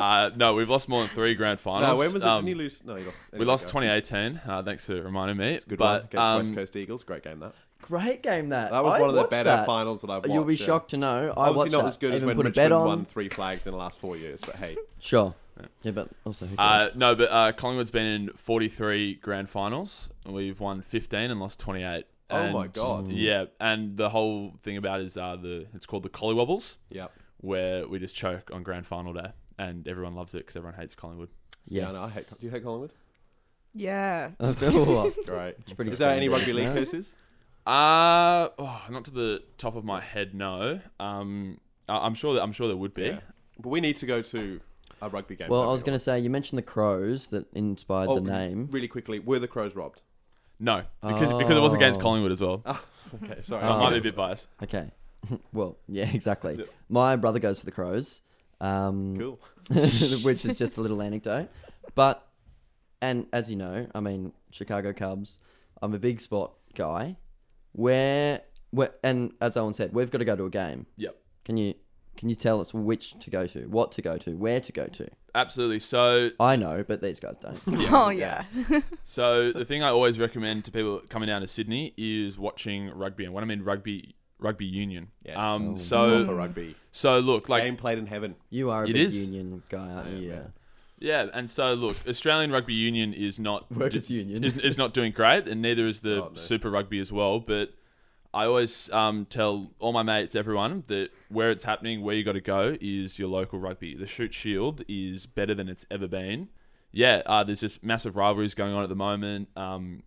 [SPEAKER 8] uh, no, we've lost more than three grand finals.
[SPEAKER 2] No, when was it?
[SPEAKER 8] Um,
[SPEAKER 2] Didn't you lose? No, you lost.
[SPEAKER 8] We lost 2018. Uh, thanks for reminding me.
[SPEAKER 2] Good one
[SPEAKER 8] but
[SPEAKER 2] against
[SPEAKER 8] um,
[SPEAKER 2] West Coast Eagles. Great game that.
[SPEAKER 4] *laughs* great game. That
[SPEAKER 2] That was
[SPEAKER 4] I
[SPEAKER 2] one of the
[SPEAKER 4] watched
[SPEAKER 2] better
[SPEAKER 4] that.
[SPEAKER 2] finals that I've watched.
[SPEAKER 4] You'll be
[SPEAKER 2] yeah.
[SPEAKER 4] shocked to know I
[SPEAKER 2] Obviously
[SPEAKER 4] watched
[SPEAKER 2] not
[SPEAKER 4] that.
[SPEAKER 2] as good
[SPEAKER 4] I
[SPEAKER 2] as
[SPEAKER 4] even
[SPEAKER 2] when
[SPEAKER 4] put a
[SPEAKER 2] Richmond
[SPEAKER 4] bet on.
[SPEAKER 2] won three flags in the last four years, but
[SPEAKER 4] *laughs*
[SPEAKER 2] hey,
[SPEAKER 4] Sure. Yeah, but also who
[SPEAKER 8] Uh,
[SPEAKER 4] cares?
[SPEAKER 8] no, but uh, Collingwood's been in 43 grand finals. We've won 15 and lost 28.
[SPEAKER 2] Oh
[SPEAKER 8] And,
[SPEAKER 2] my God.
[SPEAKER 4] Mm.
[SPEAKER 8] Yeah, and the whole thing about it is uh, the it's called the Collywobbles,
[SPEAKER 2] yep.
[SPEAKER 8] where we just choke on grand final day, and everyone loves it because everyone hates Collingwood.
[SPEAKER 4] yes.
[SPEAKER 2] Yeah, no, I hate. Do you hate Collingwood?
[SPEAKER 3] Yeah.
[SPEAKER 4] Oh,
[SPEAKER 2] Great.
[SPEAKER 4] pretty
[SPEAKER 2] Is there any
[SPEAKER 4] standard,
[SPEAKER 2] rugby league
[SPEAKER 4] isn't it?
[SPEAKER 2] curses?
[SPEAKER 8] Uh oh, not to the top of my head, no. Um, I- I'm sure that I'm sure there would be.
[SPEAKER 2] Yeah. But we need to go to a rugby game. Oh,
[SPEAKER 4] well, I was going to say you mentioned the crows that inspired the name.
[SPEAKER 2] Really quickly, were the Crows robbed?
[SPEAKER 8] No, because because it was against
[SPEAKER 4] Oh.
[SPEAKER 8] Collingwood as well.
[SPEAKER 4] *laughs*
[SPEAKER 2] Okay, sorry.
[SPEAKER 8] So I might be a
[SPEAKER 2] Yes.
[SPEAKER 8] bit biased.
[SPEAKER 4] Okay. *laughs* well, yeah, exactly. My brother goes for the crows. Um,
[SPEAKER 2] Cool.
[SPEAKER 4] *laughs* which is just a little anecdote. But and as you know, I mean Chicago Cubs. I'm a big spot guy. Where where and as Owen said, we've got to go to a game.
[SPEAKER 8] Yep.
[SPEAKER 4] Can you can you tell us which to go to, what to go to, where to go to?
[SPEAKER 8] Absolutely. So
[SPEAKER 4] I know, but these guys don't.
[SPEAKER 3] oh yeah.
[SPEAKER 8] So the thing I always recommend to people coming down to Sydney is watching rugby, and when I mean rugby, rugby union.
[SPEAKER 2] Yes.
[SPEAKER 8] Um,
[SPEAKER 2] Proper
[SPEAKER 8] so
[SPEAKER 2] rugby
[SPEAKER 8] so look like
[SPEAKER 2] game played in heaven.
[SPEAKER 4] You are a
[SPEAKER 8] It
[SPEAKER 4] big
[SPEAKER 8] is.
[SPEAKER 4] union guy, aren't you? Yeah.
[SPEAKER 8] yeah, and so look, Australian rugby union
[SPEAKER 2] *laughs*
[SPEAKER 8] is not
[SPEAKER 4] Workers union.
[SPEAKER 8] is, is not doing great, and neither is the
[SPEAKER 2] Oh, no.
[SPEAKER 8] Super Rugby as well. But I always um, tell all my mates, everyone, that where it's happening, where you got to go is your local rugby. The Shoot Shield is better than it's ever been. Yeah, uh, there's just massive rivalries going on at the moment. Um,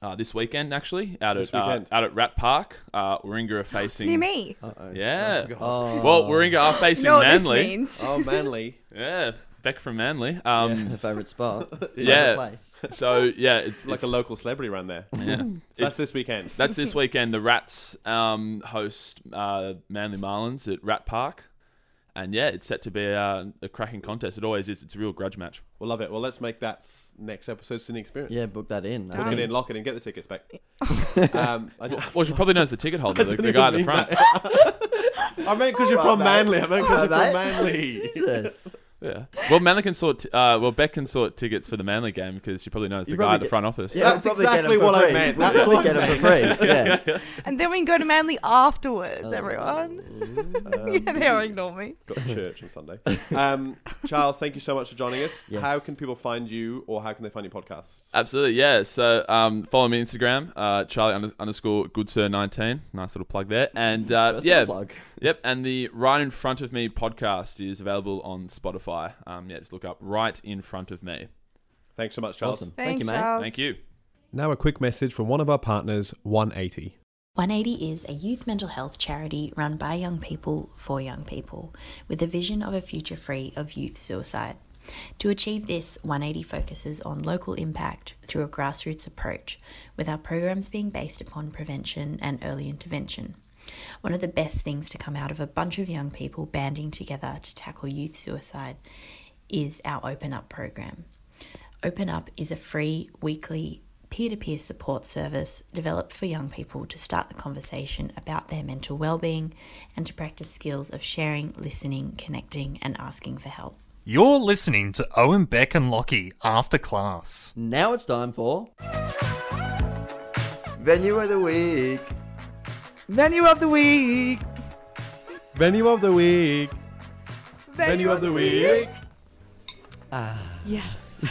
[SPEAKER 8] uh, this weekend, actually, out
[SPEAKER 2] This
[SPEAKER 8] at uh,
[SPEAKER 2] weekend.
[SPEAKER 8] out at Rat Park, uh, Warringah are
[SPEAKER 3] It's
[SPEAKER 8] facing.
[SPEAKER 3] near me.
[SPEAKER 8] Yeah.
[SPEAKER 4] Oh,
[SPEAKER 8] Well, Warringah are
[SPEAKER 3] You
[SPEAKER 8] facing
[SPEAKER 3] know what this
[SPEAKER 8] Manly.
[SPEAKER 3] means.
[SPEAKER 2] Oh, Manly.
[SPEAKER 8] Yeah, back from Manly. Um,
[SPEAKER 4] the
[SPEAKER 2] *laughs*
[SPEAKER 4] favorite spot. Favourite
[SPEAKER 8] Yeah.
[SPEAKER 4] place.
[SPEAKER 8] So yeah, *laughs* it's
[SPEAKER 2] like
[SPEAKER 8] it's-
[SPEAKER 2] a local celebrity ran there. *laughs* So
[SPEAKER 8] yeah.
[SPEAKER 2] that's
[SPEAKER 8] It's-
[SPEAKER 2] this weekend.
[SPEAKER 8] That's this weekend. The Rats um, host uh, Manly Marlins at Rat Park. And yeah, it's set to be a, a cracking contest. It always is. It's a real grudge match.
[SPEAKER 2] We'll love it. Well, let's make that s- next episode Sydney experience.
[SPEAKER 4] Yeah, book that in. Um,
[SPEAKER 2] Lock it in, lock it in, get the tickets
[SPEAKER 4] *laughs*
[SPEAKER 2] back. um, I,
[SPEAKER 8] Well, she probably knows the ticket
[SPEAKER 2] *laughs*
[SPEAKER 8] holder, the,
[SPEAKER 2] didn't
[SPEAKER 8] the guy at the
[SPEAKER 2] even mean
[SPEAKER 8] front.
[SPEAKER 2] I meant because you're from
[SPEAKER 4] Alright,
[SPEAKER 2] Manly. I meant because you're
[SPEAKER 4] Alright,
[SPEAKER 2] from
[SPEAKER 4] *laughs*
[SPEAKER 2] Manly.
[SPEAKER 4] Jesus.
[SPEAKER 8] Yeah. Well, Manly can sort. Uh, well, Beck can sort tickets for the Manly game because she probably knows the
[SPEAKER 4] You
[SPEAKER 8] guy
[SPEAKER 4] probably
[SPEAKER 8] at the
[SPEAKER 4] get-
[SPEAKER 8] front office.
[SPEAKER 4] Yeah, we'll
[SPEAKER 2] That's
[SPEAKER 4] probably get 'em
[SPEAKER 2] exactly
[SPEAKER 4] for
[SPEAKER 2] what I
[SPEAKER 4] free.
[SPEAKER 2] meant.
[SPEAKER 4] We'll
[SPEAKER 2] That's
[SPEAKER 4] probably
[SPEAKER 2] what I
[SPEAKER 4] get 'em
[SPEAKER 2] *laughs*
[SPEAKER 4] for free. Yeah.
[SPEAKER 3] And then we can go to Manly afterwards, everyone. *laughs* yeah, they all ignore me.
[SPEAKER 2] Got
[SPEAKER 4] *laughs*
[SPEAKER 2] to church on Sunday. Um, Charles, thank you so much for joining us.
[SPEAKER 4] Yes.
[SPEAKER 2] How can people find you, or how can they find your podcasts?
[SPEAKER 8] Absolutely, yeah. So um, follow me on Instagram, uh, Charlie under- underscore good sir nineteen. Nice little plug there. And uh,
[SPEAKER 4] Personal
[SPEAKER 8] yeah,
[SPEAKER 4] plug.
[SPEAKER 8] yep. And the right in front of me podcast is available on Spotify. Um, yeah, just look up right in front of me.
[SPEAKER 2] Thanks so much, Charles.
[SPEAKER 4] Awesome. Thank
[SPEAKER 3] Thanks,
[SPEAKER 4] you, mate.
[SPEAKER 3] Charles.
[SPEAKER 8] Thank you.
[SPEAKER 2] Now, a quick message from one of our partners, 180.
[SPEAKER 9] 180 is a youth mental health charity run by young people for young people with a vision of a future free of youth suicide. To achieve this, 180 focuses on local impact through a grassroots approach, with our programs being based upon prevention and early intervention. One of the best things to come out of a bunch of young people banding together to tackle youth suicide is our Open Up program. Open Up is a free weekly peer to peer support service developed for young people to start the conversation about their mental well-being and to practice skills of sharing, listening, connecting and asking for help.
[SPEAKER 6] You're listening to Owen Beck and Lockie after class.
[SPEAKER 4] Now it's time for
[SPEAKER 10] Venue of the week.
[SPEAKER 1] Venue of the week.
[SPEAKER 2] Venue of the week.
[SPEAKER 3] Venue of the
[SPEAKER 2] week.
[SPEAKER 3] Yes.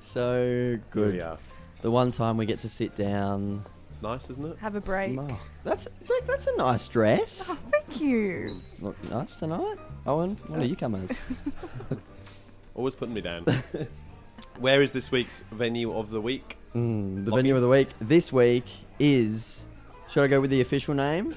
[SPEAKER 4] so
[SPEAKER 2] Here
[SPEAKER 4] good.
[SPEAKER 2] we are.
[SPEAKER 4] The one time we get to sit down.
[SPEAKER 2] It's nice, isn't it?
[SPEAKER 3] Have a break.
[SPEAKER 4] Oh, that's Beck, that's a nice
[SPEAKER 2] *laughs*
[SPEAKER 4] dress.
[SPEAKER 3] Thank you.
[SPEAKER 4] Look nice tonight, Owen. What are you coming
[SPEAKER 2] *laughs*
[SPEAKER 4] as?
[SPEAKER 2] Always putting me
[SPEAKER 4] *laughs*
[SPEAKER 2] down. Where is this week's venue of the week?
[SPEAKER 4] Mm, the venue of the week this week is. Should I go with the official name?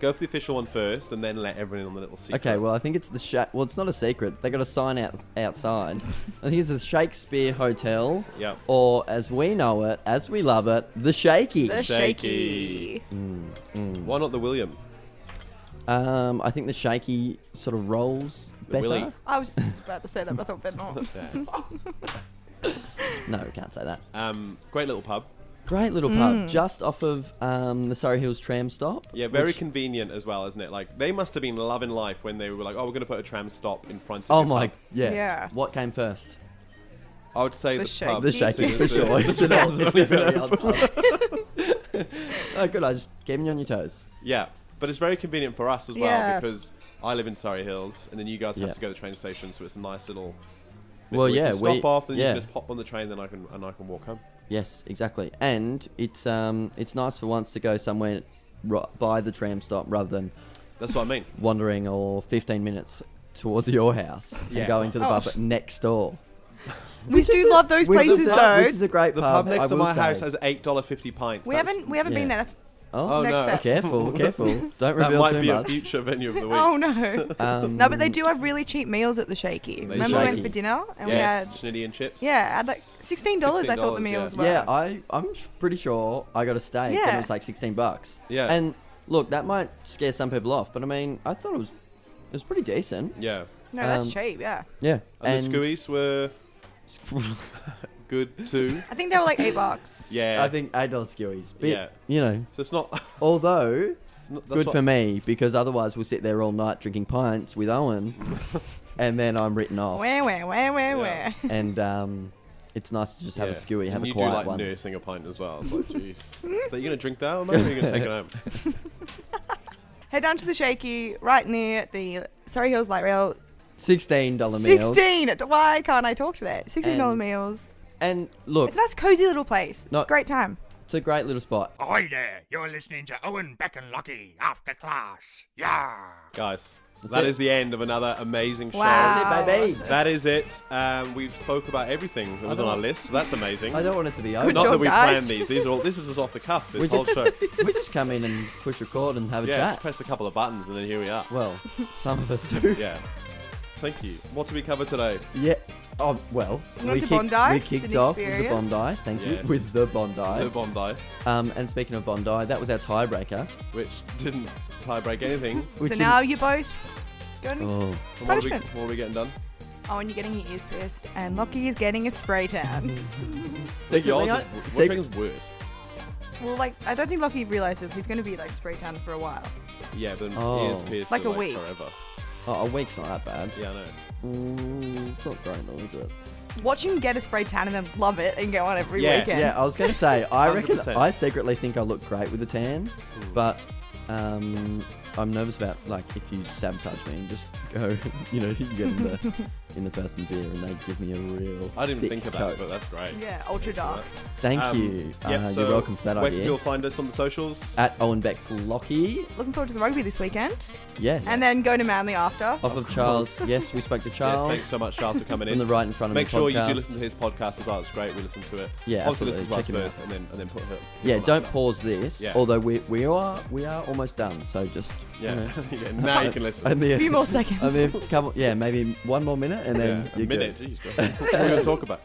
[SPEAKER 2] Go for the official one first, and then let everyone in on the little secret.
[SPEAKER 4] Okay, well I think it's the Sha- well it's not a secret. They got a sign out outside. I think it's the Shakespeare Hotel,
[SPEAKER 2] Yeah.
[SPEAKER 4] or as we know it, as we love it, the Shaky.
[SPEAKER 3] The
[SPEAKER 2] Shaky.
[SPEAKER 3] shaky.
[SPEAKER 2] Why not the William?
[SPEAKER 4] Um, I think the Shaky sort of rolls
[SPEAKER 2] The
[SPEAKER 4] better.
[SPEAKER 2] Willie?
[SPEAKER 3] I was just about to say that, but I thought better not.
[SPEAKER 2] Yeah.
[SPEAKER 4] No, we can't say that.
[SPEAKER 2] Um, great little pub.
[SPEAKER 4] Great little pub, just off of um, the Surrey Hills tram stop.
[SPEAKER 2] Yeah, very
[SPEAKER 4] which-
[SPEAKER 2] convenient as well, isn't it? Like they must have been loving life when they were like, "Oh, we're going to put a tram stop in front of."
[SPEAKER 4] oh
[SPEAKER 2] your
[SPEAKER 4] my,
[SPEAKER 2] pub."
[SPEAKER 4] yeah.
[SPEAKER 3] Yeah.
[SPEAKER 4] What came first?
[SPEAKER 2] I would say the,
[SPEAKER 3] The
[SPEAKER 2] pub.
[SPEAKER 4] The
[SPEAKER 3] Shaky.
[SPEAKER 4] shaky
[SPEAKER 2] Soon
[SPEAKER 4] for
[SPEAKER 2] as the- *laughs* the
[SPEAKER 4] sure. *laughs* It's an
[SPEAKER 2] doors
[SPEAKER 4] old- it's
[SPEAKER 2] really
[SPEAKER 4] a very
[SPEAKER 2] open.
[SPEAKER 4] old pub. *laughs* Oh, good. I just keeping you on your toes.
[SPEAKER 2] Yeah, but it's very convenient for us as well
[SPEAKER 3] Yeah.
[SPEAKER 2] because I live in Surrey Hills, and then you guys have
[SPEAKER 4] Yeah.
[SPEAKER 2] to go to the train station, so it's a nice little. bit
[SPEAKER 4] Well,
[SPEAKER 2] where you
[SPEAKER 4] yeah,
[SPEAKER 2] can stop
[SPEAKER 4] we-
[SPEAKER 2] off, and
[SPEAKER 4] yeah.
[SPEAKER 2] you can just pop on the train, then I can and I can walk home.
[SPEAKER 4] Yes, exactly. And it's um, it's nice for once to go somewhere ri by the tram stop rather than
[SPEAKER 2] That's what I mean.
[SPEAKER 4] wandering all 15 minutes towards *laughs* your house
[SPEAKER 2] Yeah.
[SPEAKER 4] and going to the
[SPEAKER 3] Oh,
[SPEAKER 4] pub
[SPEAKER 3] sh-
[SPEAKER 4] next door.
[SPEAKER 3] *laughs* We do love those
[SPEAKER 4] Which is
[SPEAKER 3] places
[SPEAKER 4] a-
[SPEAKER 3] though.
[SPEAKER 4] Which is a great
[SPEAKER 2] The pub
[SPEAKER 4] pub.
[SPEAKER 2] next
[SPEAKER 4] I
[SPEAKER 2] to
[SPEAKER 4] will
[SPEAKER 2] my
[SPEAKER 4] say.
[SPEAKER 2] house has eight dollar fifty pints.
[SPEAKER 3] we
[SPEAKER 2] That's-
[SPEAKER 3] haven't we haven't been
[SPEAKER 4] yeah.
[SPEAKER 3] there. That's,
[SPEAKER 4] Oh,
[SPEAKER 2] Oh,
[SPEAKER 3] next
[SPEAKER 2] no.
[SPEAKER 3] up.
[SPEAKER 4] *laughs* careful, careful. Don't
[SPEAKER 2] That
[SPEAKER 4] reveal
[SPEAKER 2] might
[SPEAKER 4] too
[SPEAKER 2] be a
[SPEAKER 4] much.
[SPEAKER 2] future venue of the week.
[SPEAKER 3] oh no.
[SPEAKER 4] *laughs* Um,
[SPEAKER 3] No, but they do have really cheap meals at the Shaky. Remember we went
[SPEAKER 4] do.
[SPEAKER 3] for dinner and
[SPEAKER 2] Yes, schnitty and chips.
[SPEAKER 3] we had yeah, I had like sixteen dollars. I thought the
[SPEAKER 2] $16,
[SPEAKER 3] meals
[SPEAKER 2] yeah.
[SPEAKER 3] were.
[SPEAKER 4] Yeah, I I'm s- pretty sure I got a steak and
[SPEAKER 3] Yeah.
[SPEAKER 4] it was like 16 bucks.
[SPEAKER 2] Yeah.
[SPEAKER 4] And look, that might scare some people off, but I mean, I thought it was it was pretty decent.
[SPEAKER 2] yeah.
[SPEAKER 3] no, that's
[SPEAKER 4] um,
[SPEAKER 3] cheap. Yeah,
[SPEAKER 4] Yeah.
[SPEAKER 2] And, the Scooies
[SPEAKER 4] *laughs*
[SPEAKER 2] were good too.
[SPEAKER 3] I think they were like
[SPEAKER 4] *laughs*
[SPEAKER 3] eight bucks.
[SPEAKER 2] Yeah.
[SPEAKER 4] I think eight dollar skewies. But
[SPEAKER 2] Yeah.
[SPEAKER 4] you know,
[SPEAKER 2] so. It's not.
[SPEAKER 4] although
[SPEAKER 2] It's not that's
[SPEAKER 4] good
[SPEAKER 2] what-
[SPEAKER 4] for me because otherwise we'll sit there all night drinking pints
[SPEAKER 2] *laughs*
[SPEAKER 4] with Owen, and then I'm written off.
[SPEAKER 3] Where, where, where, where,
[SPEAKER 2] Yeah.
[SPEAKER 3] where? *laughs*
[SPEAKER 4] and um, it's nice to just have a
[SPEAKER 2] Yeah.
[SPEAKER 4] skewy, have
[SPEAKER 2] and
[SPEAKER 4] a
[SPEAKER 2] you
[SPEAKER 4] quiet
[SPEAKER 2] do like
[SPEAKER 4] one.
[SPEAKER 2] nursing a pint as well. It's like, geez. So you gonna drink that, or maybe you're gonna take it
[SPEAKER 4] *laughs*
[SPEAKER 2] home?
[SPEAKER 3] Head down to the Shaky, right near the Surrey Hills Light Rail.
[SPEAKER 4] Sixteen dollar meals.
[SPEAKER 3] Sixteen. Why can't I talk today? Sixteen dollar
[SPEAKER 4] And-
[SPEAKER 3] meals.
[SPEAKER 4] And look,
[SPEAKER 3] It's a nice, cozy little place.
[SPEAKER 4] No.
[SPEAKER 3] Great time.
[SPEAKER 4] it's a great little spot.
[SPEAKER 6] Hi there, you're listening to Owen Beck and Lockie after class. Yeah.
[SPEAKER 2] Guys,
[SPEAKER 4] That's
[SPEAKER 2] that
[SPEAKER 4] it.
[SPEAKER 2] is the end of another amazing show.
[SPEAKER 3] Wow.
[SPEAKER 4] That's it, baby.
[SPEAKER 2] That is it. Um, we've spoke about everything that was on our list. So that's amazing.
[SPEAKER 4] I don't want it to be over.
[SPEAKER 2] Not
[SPEAKER 3] job,
[SPEAKER 2] that we planned
[SPEAKER 3] guys.
[SPEAKER 2] these. These are all. This is just off the cuff. This
[SPEAKER 4] We
[SPEAKER 2] whole
[SPEAKER 4] just- *laughs*
[SPEAKER 2] show.
[SPEAKER 4] we just come in and push record and have a
[SPEAKER 2] Yeah, just
[SPEAKER 4] chat.
[SPEAKER 2] press a couple of buttons and then here we are.
[SPEAKER 3] *laughs*
[SPEAKER 4] Well, some of us do.
[SPEAKER 2] Yeah. Thank you. What did we cover today?
[SPEAKER 4] Yeah. Oh well,
[SPEAKER 3] went to
[SPEAKER 4] kicked,
[SPEAKER 3] Bondi,
[SPEAKER 4] we
[SPEAKER 3] it's
[SPEAKER 4] kicked
[SPEAKER 3] an
[SPEAKER 4] off with
[SPEAKER 3] experience.
[SPEAKER 4] the Bondi. Thank
[SPEAKER 2] Yeah.
[SPEAKER 4] you with the Bondi.
[SPEAKER 2] The Bondi,
[SPEAKER 4] um, and speaking of Bondi, that was our tiebreaker.
[SPEAKER 2] which didn't tie break anything.
[SPEAKER 4] Which
[SPEAKER 3] so
[SPEAKER 4] in-
[SPEAKER 3] now you're both going. Oh.
[SPEAKER 4] Oh,
[SPEAKER 2] And what, are we,
[SPEAKER 3] Punishment.
[SPEAKER 2] what are we getting done?
[SPEAKER 3] Oh, and you're getting your ears pierced, and Lockie is getting a spray tan.
[SPEAKER 2] Think yours
[SPEAKER 4] Secondly,
[SPEAKER 2] is,
[SPEAKER 4] I-
[SPEAKER 2] what do you
[SPEAKER 4] sec-
[SPEAKER 2] think is worse?
[SPEAKER 3] well, like I don't think Lockie realizes he's going to be like spray tan for a while.
[SPEAKER 2] Yeah, but then
[SPEAKER 4] Oh.
[SPEAKER 2] ears pierced
[SPEAKER 3] Like
[SPEAKER 2] are,
[SPEAKER 3] a week.
[SPEAKER 2] forever.
[SPEAKER 4] oh, a week's not that bad.
[SPEAKER 2] Yeah, I know.
[SPEAKER 4] Mm, it's not great, though, is it?
[SPEAKER 3] Watch him get a spray tan and then love it and go on every
[SPEAKER 2] Yeah,
[SPEAKER 3] weekend.
[SPEAKER 4] Yeah, I was going to say, I reckon
[SPEAKER 2] 100%.
[SPEAKER 4] I secretly think I look great with a tan, but um, I'm nervous about like if you sabotage me and just go, *laughs* you know, you get in the in the person's ear and they give me a real.
[SPEAKER 2] I didn't
[SPEAKER 4] thick
[SPEAKER 2] even think about it, but
[SPEAKER 4] coat.
[SPEAKER 2] that's great.
[SPEAKER 3] Yeah, ultra dark.
[SPEAKER 4] Thank
[SPEAKER 2] Um,
[SPEAKER 4] you.
[SPEAKER 2] yeah,
[SPEAKER 4] uh,
[SPEAKER 2] so
[SPEAKER 4] you're welcome for that
[SPEAKER 2] where
[SPEAKER 4] idea. Uh,
[SPEAKER 2] You'll find us on the socials.
[SPEAKER 4] At Owen Beck Lockie,
[SPEAKER 3] Looking forward to the rugby this weekend,
[SPEAKER 4] yes,
[SPEAKER 3] and then going to Manly after.
[SPEAKER 4] off of, Charles. Yes, we
[SPEAKER 2] *laughs*
[SPEAKER 4] spoke to
[SPEAKER 2] yes,
[SPEAKER 4] Charles
[SPEAKER 2] thanks so much, Charles, for coming
[SPEAKER 4] *laughs* from
[SPEAKER 2] in.
[SPEAKER 4] the right in front of
[SPEAKER 2] Make
[SPEAKER 4] me
[SPEAKER 2] sure you
[SPEAKER 4] podcast.
[SPEAKER 2] do listen to his podcast as well. It's great. We listen to it.
[SPEAKER 4] Yeah,
[SPEAKER 2] obviously
[SPEAKER 4] absolutely.
[SPEAKER 2] listen to
[SPEAKER 4] Check him
[SPEAKER 2] us first, and then and then put her.
[SPEAKER 4] Yeah,
[SPEAKER 2] his
[SPEAKER 4] don't
[SPEAKER 2] on
[SPEAKER 4] pause this.
[SPEAKER 2] Yeah.
[SPEAKER 4] Although we we are we are almost done, so just
[SPEAKER 2] after.
[SPEAKER 4] you
[SPEAKER 2] *laughs*
[SPEAKER 4] know.
[SPEAKER 2] Yeah, yeah. Now you can
[SPEAKER 4] *laughs*
[SPEAKER 2] listen.
[SPEAKER 4] And then-
[SPEAKER 3] A few more seconds.
[SPEAKER 4] I mean, come on, yeah, maybe one more minute and then
[SPEAKER 2] yeah, a
[SPEAKER 4] you're
[SPEAKER 2] minute.
[SPEAKER 4] good.
[SPEAKER 2] Jeez, bro. what are we gonna talk
[SPEAKER 4] *laughs*
[SPEAKER 2] about?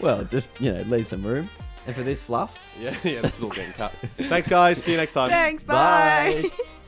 [SPEAKER 4] Well, just you know, leave some room. And for this fluff, *laughs*
[SPEAKER 2] Yeah, yeah. This is all getting cut. Thanks, guys. See you next time.
[SPEAKER 3] Thanks. Bye.
[SPEAKER 4] bye.